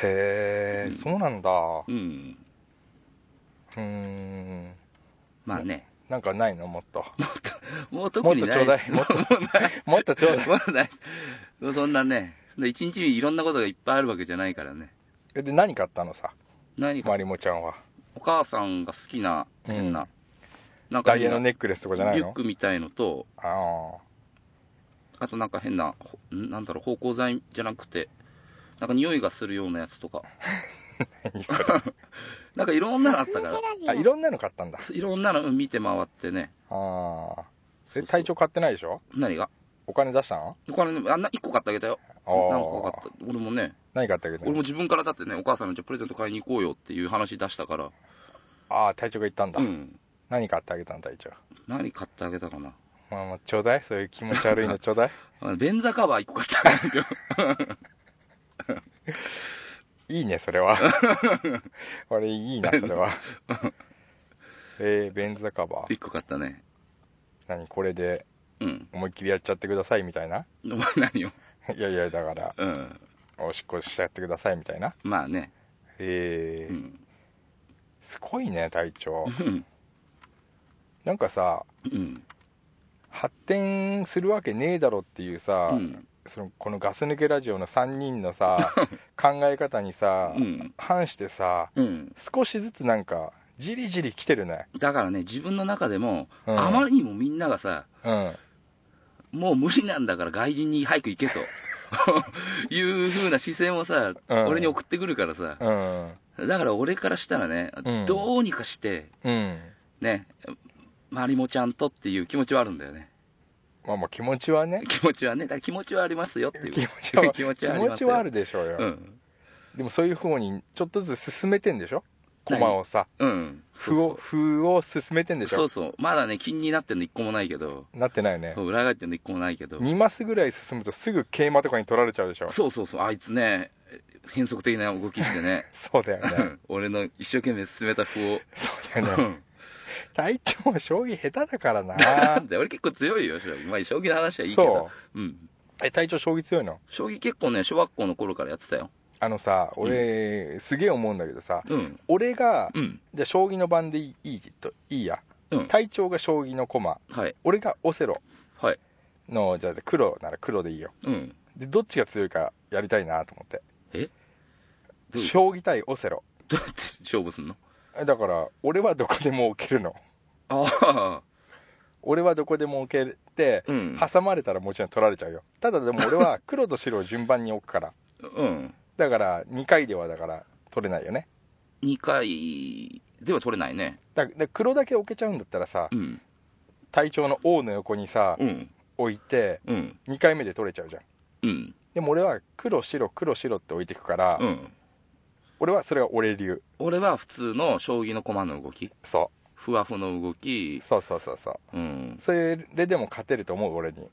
Speaker 4: へえ、
Speaker 3: うん
Speaker 4: そうなんだう
Speaker 3: うん、
Speaker 4: ーん
Speaker 3: まあね、
Speaker 4: なんかないのもっと
Speaker 3: もう特にないです。
Speaker 4: もっとちょ うだい
Speaker 3: もうもうない。
Speaker 4: もっとちょうだい
Speaker 3: もうない。そんなね、で一日にいろんなことがいっぱいあるわけじゃないからね。
Speaker 4: えで何買ったのさ
Speaker 3: 何か
Speaker 4: まりもちゃんは
Speaker 3: お母さんが好きな変な、
Speaker 4: う
Speaker 3: なんか
Speaker 4: ダイ
Speaker 3: 変
Speaker 4: ヤ
Speaker 3: な
Speaker 4: のネックレスとかじゃない
Speaker 3: リュッ
Speaker 4: の
Speaker 3: クみたいのと、
Speaker 4: あ
Speaker 3: あとなんか変な、ほんなんだろう、芳香剤じゃなくて、なんか匂いがするようなやつとか、
Speaker 4: あ何それ
Speaker 3: なんかいろんなのあったから、
Speaker 4: あいろんなの買ったんだ
Speaker 3: いろんなのうん見て回ってね、
Speaker 4: ああ
Speaker 3: そう
Speaker 4: え
Speaker 3: そう
Speaker 4: 体調買ってないでしょ
Speaker 3: 何が
Speaker 4: お金出したの
Speaker 3: お金ねあんな1個買ってあげたよ。
Speaker 4: あ
Speaker 3: なんかよか
Speaker 4: あ
Speaker 3: った。俺もね、
Speaker 4: 何買ったけ
Speaker 3: 俺
Speaker 4: ど
Speaker 3: も自分からだってね、お母さんのじゃあプレゼント買いに行こうよっていう話出したから、
Speaker 4: ああ体調がいったんだ、
Speaker 3: うん。
Speaker 4: 何買ってあげたの体調
Speaker 3: 何買ってあげたかな。
Speaker 4: まあまあちょうだいそういう気持ち悪 いのちょうだい
Speaker 3: あ便座カバー1個買ってあげたけど、
Speaker 4: いいねそ れは俺いいなそれはえー、ベンザカバー
Speaker 3: 1個買ったね。
Speaker 4: 何これで
Speaker 3: うん。
Speaker 4: 思いっきりやっちゃってくださいみたいな
Speaker 3: お前何を
Speaker 4: いやいやだから
Speaker 3: うん。
Speaker 4: おしっこしちゃってくださいみたいな
Speaker 3: まあね。
Speaker 4: え
Speaker 3: う
Speaker 4: ー
Speaker 3: ん。
Speaker 4: すごいね体調
Speaker 3: うん。
Speaker 4: なんかさ
Speaker 3: うん。
Speaker 4: 発展するわけねえだろっていうさ、
Speaker 3: うん。
Speaker 4: そのこのガス抜けラジオの3人 のさ考え方にさ、
Speaker 3: うん。
Speaker 4: 反してさ
Speaker 3: うん。
Speaker 4: 少しずつなんかじりじり来てるね、
Speaker 3: だからね、自分の中でも、
Speaker 4: うん、
Speaker 3: あまりにもみんながさ、
Speaker 4: うん
Speaker 3: もう無理なんだから外人に早く行けと いう風な視線をさ、
Speaker 4: うん
Speaker 3: 俺に送ってくるからさ、
Speaker 4: うん
Speaker 3: だから俺からしたらね、
Speaker 4: うん
Speaker 3: どうにかして、
Speaker 4: うん
Speaker 3: ね、まりもちゃんとっていう気持ちはあるんだよね。
Speaker 4: まあまあ気持ちはね
Speaker 3: 気持ちはね、だから気持ちはありますよっていう。
Speaker 4: 気持ちは
Speaker 3: 気持ち
Speaker 4: 気
Speaker 3: はあり
Speaker 4: 持
Speaker 3: ます
Speaker 4: ち
Speaker 3: よ
Speaker 4: はあるでしょうよ、
Speaker 3: うん。
Speaker 4: でもそういう方にちょっとずつ進めてんでしょ
Speaker 3: 何
Speaker 4: 駒をさ
Speaker 3: うん。
Speaker 4: 歩を歩を進めてんでし
Speaker 3: そうそう。そ
Speaker 4: ょ
Speaker 3: うそう。まだね、金になってんの一個もないけど、
Speaker 4: なってないよね
Speaker 3: そう裏返ってんの一個もないけど、
Speaker 4: 2マスぐらい進むとすぐ桂馬とかに取られちゃうでしょ
Speaker 3: そうそうそう、あいつね、変則的な動きしてね、
Speaker 4: そうだよね
Speaker 3: 俺の一生懸命進めた歩を。
Speaker 4: そうだよ
Speaker 3: う
Speaker 4: ね
Speaker 3: ん
Speaker 4: 隊長は将棋下手だから
Speaker 3: な
Speaker 4: なん
Speaker 3: で俺結構強いよ、将棋。まあ、将棋の話はいいけ
Speaker 4: そ
Speaker 3: ど。うん。
Speaker 4: うえ隊長将棋強いの
Speaker 3: 将棋結構ね、小学校の頃からやってたよ。
Speaker 4: あのさ俺、すげえ思うんだけどさ
Speaker 3: うん。
Speaker 4: 俺が
Speaker 3: うん。
Speaker 4: じゃあ将棋の番でいいいいといいや、
Speaker 3: うん
Speaker 4: 隊長が将棋の駒
Speaker 3: はい。
Speaker 4: 俺がオセロ
Speaker 3: はい。
Speaker 4: のじゃあ黒なら黒でいいよ
Speaker 3: うん。
Speaker 4: でどっちが強いかやりたいなと思って
Speaker 3: どう
Speaker 4: 将棋対オセロ
Speaker 3: どうやって勝負すんの
Speaker 4: えだから俺はどこでも置けるの
Speaker 3: ああ。
Speaker 4: 俺はどこでも置けて
Speaker 3: うん。
Speaker 4: 挟まれたらもちろん取られちゃうよただでも俺は 黒と白を順番に置くから
Speaker 3: うん。
Speaker 4: だから2回ではだから取れないよね
Speaker 3: 2回では取れないね。
Speaker 4: だだ黒だけ置けちゃうんだったらさ
Speaker 3: うん。
Speaker 4: 隊長の王の横にさ
Speaker 3: うん。
Speaker 4: 置いて
Speaker 3: うん。
Speaker 4: 2回目で取れちゃうじゃん
Speaker 3: うん。
Speaker 4: でも俺は黒白黒白って置いてくから、
Speaker 3: うん。
Speaker 4: 俺はそれは俺流
Speaker 3: 俺は普通の将棋の駒の動き。
Speaker 4: そ
Speaker 3: ふわふの動き
Speaker 4: う。そうそうそうそう
Speaker 3: うん。
Speaker 4: それでも勝てると思う俺に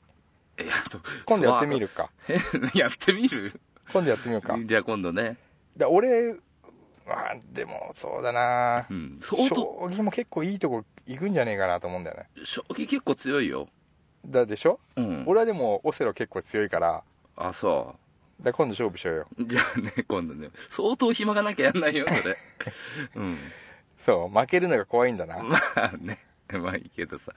Speaker 3: えっと、
Speaker 4: 今度やってみるか
Speaker 3: え。 やってみる
Speaker 4: 今度やってみようか
Speaker 3: じゃあ今度ね。
Speaker 4: だ俺あでもそうだな
Speaker 3: うん。相
Speaker 4: 将
Speaker 3: 当、
Speaker 4: 棋も結構いいとこ行くんじゃねえかなと思うんだよね
Speaker 3: 将棋結構強いよ。
Speaker 4: だでしょ、
Speaker 3: うん。
Speaker 4: 俺はでもオセロ結構強いから
Speaker 3: あ、そう。
Speaker 4: だ今度勝負しようよ
Speaker 3: じゃあね、 今度ね、相当暇がなきゃやんないよ、それ。 うん。
Speaker 4: そう負けるのが怖いんだな、
Speaker 3: まあね、まあいいけどさ。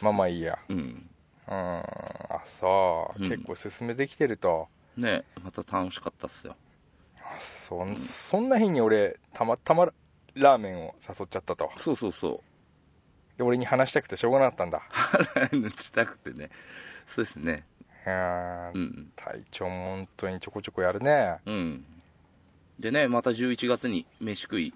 Speaker 4: まあまあいいや
Speaker 3: うん。
Speaker 4: うーんあそう、
Speaker 3: うん
Speaker 4: 結構進めてきてると
Speaker 3: ねまた楽しかったっすよ。
Speaker 4: あそ,、
Speaker 3: ん
Speaker 4: ん、そんな日に俺たまたまラーメンを誘っちゃったと
Speaker 3: そうそうそう。
Speaker 4: で俺に話したくてしょうがなかったんだ
Speaker 3: 抜きたくてね。そうですね。
Speaker 4: うーん
Speaker 3: うん。
Speaker 4: 体調も本当にちょこちょこやるね
Speaker 3: うん。でね、また11月に飯食い、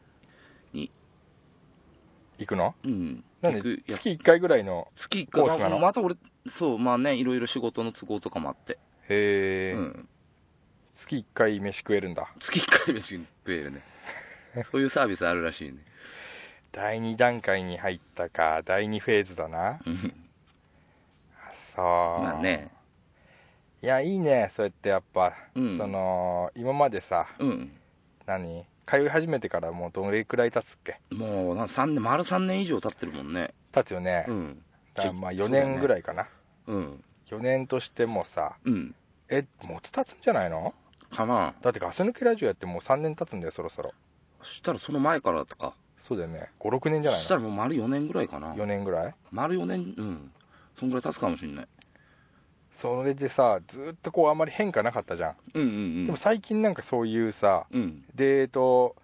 Speaker 4: 行くの
Speaker 3: うん。
Speaker 4: なん
Speaker 3: 行く
Speaker 4: で
Speaker 3: や
Speaker 4: 月1回ぐらいの
Speaker 3: 月1
Speaker 4: コースなの
Speaker 3: また俺、そう、まあね、いろいろ仕事の都合とかもあって。
Speaker 4: へえ、
Speaker 3: うん。
Speaker 4: 月1回飯食えるんだ
Speaker 3: 月1回飯食える ね。そういうサービスあるらしいね。
Speaker 4: 第2段階に入ったか第2フェーズだな
Speaker 3: うん。
Speaker 4: あそう
Speaker 3: まあね。
Speaker 4: いやいいねそうやってやっぱ、
Speaker 3: うん
Speaker 4: その今までさ
Speaker 3: うん。
Speaker 4: 何通い始めてからもうどれくらい経つっけ
Speaker 3: もうな三年丸3年以上経ってるもんね
Speaker 4: 経つよね、
Speaker 3: うん
Speaker 4: だからまあ
Speaker 3: ちょそ
Speaker 4: 4
Speaker 3: うだ
Speaker 4: 年
Speaker 3: ね
Speaker 4: ぐらいかな、
Speaker 3: うん
Speaker 4: 4年としてもさ
Speaker 3: うん
Speaker 4: えもっと経つんじゃないの
Speaker 3: かな
Speaker 4: だってガス抜けラジオやってもう3年経つんだよそろそろ
Speaker 3: そしたらその前からとか
Speaker 4: そうだよね56年じ
Speaker 3: そ
Speaker 4: ゃない
Speaker 3: したらもう丸4年ぐらいかな
Speaker 4: の4年ぐらい
Speaker 3: 丸4年うんそんぐらい経つかもしんない
Speaker 4: それでさずっとこうあんまり変化なかったじゃん、
Speaker 3: うんうん
Speaker 4: で
Speaker 3: う
Speaker 4: も
Speaker 3: ん。
Speaker 4: 最近なんかそういうさ
Speaker 3: うん。
Speaker 4: デート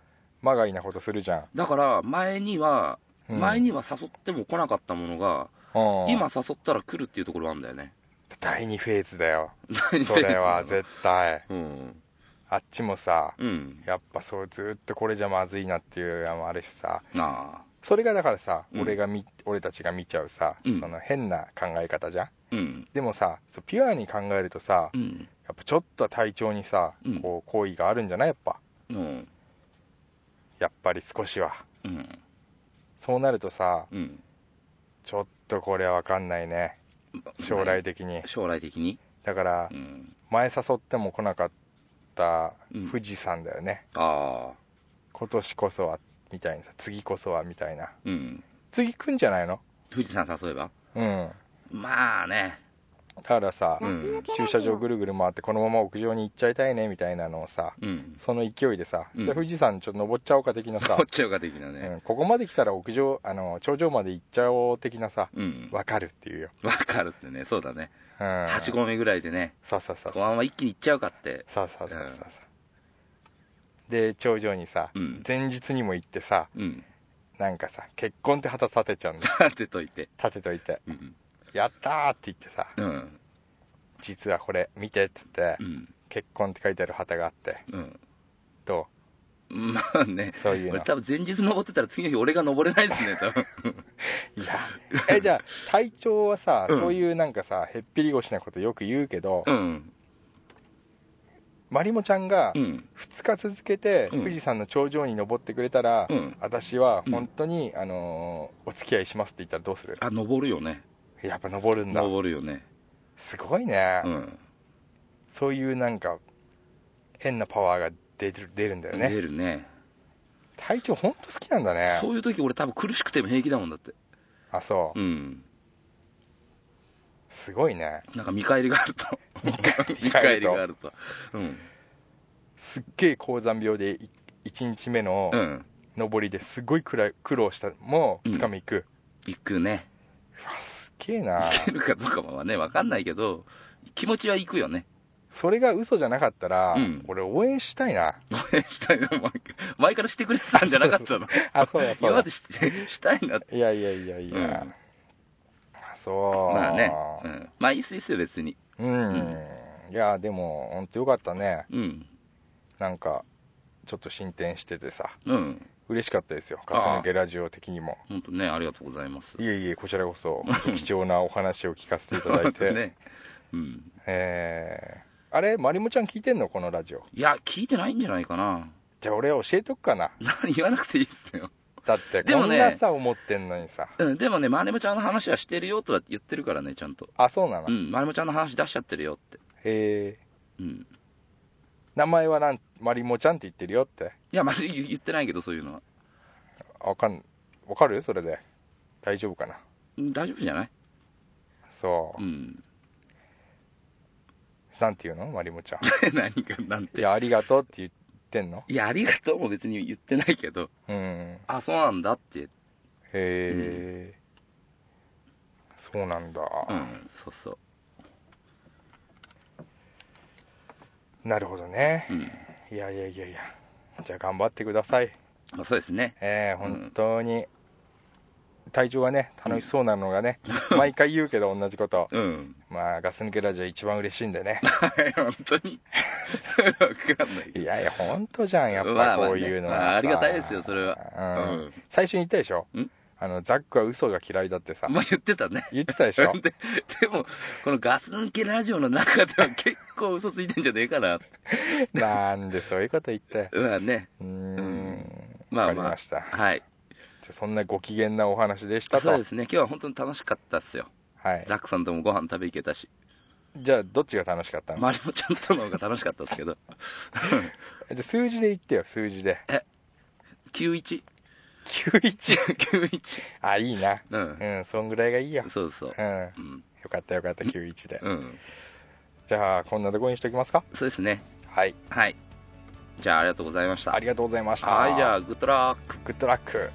Speaker 4: まがいなことするじゃん、
Speaker 3: だから、前には、
Speaker 4: うん
Speaker 3: 前には誘っても来なかったものが、
Speaker 4: うん
Speaker 3: 今誘ったら来るっていうところがあるんだよね。
Speaker 4: 第2フェーズだ よ そ
Speaker 3: そ
Speaker 4: れは絶対
Speaker 3: うん。
Speaker 4: あっちもさ
Speaker 3: うん。
Speaker 4: やっぱそうずっとこれじゃまずいなっていうのもあるしさ
Speaker 3: なあ。
Speaker 4: それがだからさ、
Speaker 3: うん
Speaker 4: 俺がみ俺たちが見ちゃうさ、
Speaker 3: うん
Speaker 4: その変な考え方じゃん
Speaker 3: うん。
Speaker 4: でもさそうピュアに考えるとさ、
Speaker 3: うん。
Speaker 4: やっぱちょっとは体調にさ、
Speaker 3: うん
Speaker 4: こう好意があるんじゃないやっぱ
Speaker 3: うん。
Speaker 4: やっぱり少しは
Speaker 3: うん。
Speaker 4: そうなるとさ
Speaker 3: うん。
Speaker 4: ちょっとこれは分かんないね将来的に
Speaker 3: 将来的に。
Speaker 4: だから
Speaker 3: うん。
Speaker 4: 前誘っても来なかった
Speaker 3: うん
Speaker 4: 富士山だよね、
Speaker 3: ああ。
Speaker 4: 今年こそはみたいなさ次こそはみたいな
Speaker 3: うん。
Speaker 4: 次来んじゃないの
Speaker 3: 富士山誘えば
Speaker 4: うん
Speaker 3: まあね。
Speaker 4: だからさ、
Speaker 3: うん。
Speaker 4: 駐車場ぐるぐる回ってこのまま屋上に行っちゃいたいねみたいなのをさ
Speaker 3: うん。
Speaker 4: その勢いでさ、
Speaker 3: うん
Speaker 4: じゃあ富士山ちょっと登っちゃおうか的なさ
Speaker 3: こっ、ちゃうか的な
Speaker 4: う
Speaker 3: ね。
Speaker 4: ん、ここまで来たら屋上あの頂上まで行っちゃおう的なさ
Speaker 3: うん。
Speaker 4: わかるっていうよ、
Speaker 3: わかるってね。そうだね。
Speaker 4: うん、
Speaker 3: 8合目ぐらいでね。
Speaker 4: そうそうそう
Speaker 3: このまま一気に行っちゃうかって。
Speaker 4: そうそうそうそうそうで頂上にさ、
Speaker 3: うん
Speaker 4: 前日にも行ってさ
Speaker 3: うん。
Speaker 4: なんかさ結婚って旗立てちゃうんだよ
Speaker 3: 立てといて。
Speaker 4: 立てといて
Speaker 3: うん。
Speaker 4: 「やった!」って言ってさ
Speaker 3: うん。
Speaker 4: 「実はこれ見て」っつって
Speaker 3: うん。
Speaker 4: 「結婚」って書いてある旗があって
Speaker 3: うん。
Speaker 4: ど
Speaker 3: まあね
Speaker 4: う。そういう
Speaker 3: 俺
Speaker 4: の
Speaker 3: 多分前日登ってたら次の日俺が登れないですね、多分。
Speaker 4: いや えじゃあ隊長はさ、
Speaker 3: うん
Speaker 4: そういうなんかさへっぴり腰なことよく言うけど、
Speaker 3: うん。
Speaker 4: まりもちゃんが
Speaker 3: うん。
Speaker 4: 2日続けて
Speaker 3: うん
Speaker 4: 富士山の頂上に登ってくれたら、
Speaker 3: うん。
Speaker 4: 私は本当に、あのーお付き合いしますって言ったらどうする
Speaker 3: あ、登るよね。
Speaker 4: やっぱ登るんだ
Speaker 3: 登るよね。
Speaker 4: すごいね、
Speaker 3: うん。
Speaker 4: そういうなんか変なパワーが出る出るんだよね
Speaker 3: 出るね。
Speaker 4: 隊長本当好きなんだね
Speaker 3: そういう時俺多分苦しくても平気だもんだって。
Speaker 4: あそう
Speaker 3: うん。
Speaker 4: すごいね
Speaker 3: なんか見返りがあると。 見返りがあると。うん。
Speaker 4: すっげえ高山病で1日目の
Speaker 3: うん。
Speaker 4: 登りですごい苦ら苦労したもう
Speaker 3: うん
Speaker 4: 2日目行く、
Speaker 3: 行くね。
Speaker 4: うわすっげえな
Speaker 3: 行けるかどうかはね、わかんないけど、気持ちは行くよね。
Speaker 4: それが嘘じゃなかったら、
Speaker 3: うん
Speaker 4: 俺応援した いな
Speaker 3: 応援したいの前前からしてくれてたんじゃなかった の。
Speaker 4: あそうだそ
Speaker 3: 今
Speaker 4: うだ
Speaker 3: までし したいなって。
Speaker 4: いやいやいやいや、
Speaker 3: うん
Speaker 4: あそう
Speaker 3: まあね。うん。まあいいっすいいっすよ、別に。
Speaker 4: うん、いやでも本当よかったね
Speaker 3: うん。
Speaker 4: なんかちょっと進展しててさ
Speaker 3: うん。
Speaker 4: 嬉しかったですよガス抜けラジオ的にも
Speaker 3: 本当ね、ありがとうございます。
Speaker 4: いえいえこちらこそ本当貴重なお話を聞かせていただい て、
Speaker 3: ね。うん。
Speaker 4: えーあれまりもちゃん聞いてんのこのラジオ
Speaker 3: いや、聞いてないんじゃないかな。
Speaker 4: じゃあ俺教えとくかな
Speaker 3: 何言わなくていいっすよ。
Speaker 4: だって
Speaker 3: でも
Speaker 4: こん
Speaker 3: ね
Speaker 4: なさ思ってんのにさ、
Speaker 3: うん、でもね、まねもちゃんの話はしてるよとは言ってるからね、ちゃんと。
Speaker 4: あそうなの、
Speaker 3: うん、まねもちゃんの話出しちゃってるよって。
Speaker 4: えー
Speaker 3: うん。
Speaker 4: 名前はなんまりもちゃんって言ってるよって
Speaker 3: いや、まず言言ってないけど、そういうのは。
Speaker 4: わかんわかるそれで大丈夫かな
Speaker 3: うん大丈夫じゃない
Speaker 4: そうう、
Speaker 3: ん。
Speaker 4: なんて言うのまりもちゃん
Speaker 3: 何か、なん
Speaker 4: い
Speaker 3: て。
Speaker 4: やありがとうって言ってんの
Speaker 3: いや、ありがとうも別に言ってないけど、
Speaker 4: うん
Speaker 3: あ、そうなんだって。
Speaker 4: へえ、そうなんだ、
Speaker 3: うん、そうそう。
Speaker 4: なるほどね
Speaker 3: うん。
Speaker 4: いやいやいやいやじゃあ頑張ってください
Speaker 3: まあ、そうですね。
Speaker 4: ええ
Speaker 3: うん
Speaker 4: 本当に、体調がね楽しそうなの がね、毎回言うけど同じこと
Speaker 3: うん。
Speaker 4: まあガス抜けラジオ一番嬉しいんでね
Speaker 3: はい、本当に。 それはわかんないけ
Speaker 4: い
Speaker 3: ど。
Speaker 4: やいや本当じゃんやっ
Speaker 3: ま
Speaker 4: ぱ
Speaker 3: あまあね
Speaker 4: こういうのはさ、
Speaker 3: まあありがたいですよそれ
Speaker 4: はうん、
Speaker 3: うん。
Speaker 4: 最初に言ったでしょ
Speaker 3: ん
Speaker 4: あのザックは嘘が嫌いだってさ
Speaker 3: まあ、言ってたね。
Speaker 4: 言ってたでしょ
Speaker 3: ででも、このガス抜けラジオの中では結構嘘ついてんじゃねえかな。
Speaker 4: なんでそういうこと言って
Speaker 3: まあね、
Speaker 4: うーん
Speaker 3: まあ
Speaker 4: わか
Speaker 3: ま
Speaker 4: り
Speaker 3: あ
Speaker 4: ました、
Speaker 3: はい。
Speaker 4: じゃあそんなご機嫌なお話でしたと
Speaker 3: そうですね、今日は本当に楽しかったっすよ。
Speaker 4: はい、
Speaker 3: ザックさんともご飯食べ行けたし、
Speaker 4: じゃあどっちが楽しかったの、
Speaker 3: マリモちゃんとの方が楽しかったっすけど、
Speaker 4: じゃあ数字で言ってよ数字で
Speaker 3: 91、
Speaker 4: 91
Speaker 3: 91、
Speaker 4: あいいな
Speaker 3: う、
Speaker 4: うんんそんぐらいがいいよ
Speaker 3: そうそう
Speaker 4: う、んよ
Speaker 3: うん、
Speaker 4: かったよかった91で
Speaker 3: うん、
Speaker 4: じゃあこんなとこにしときますか
Speaker 3: そうですね、
Speaker 4: はい
Speaker 3: はい。じゃあ、ありがとうございました。
Speaker 4: ありがとうございました
Speaker 3: はい、じゃあ、グッドラック。
Speaker 4: グッドラック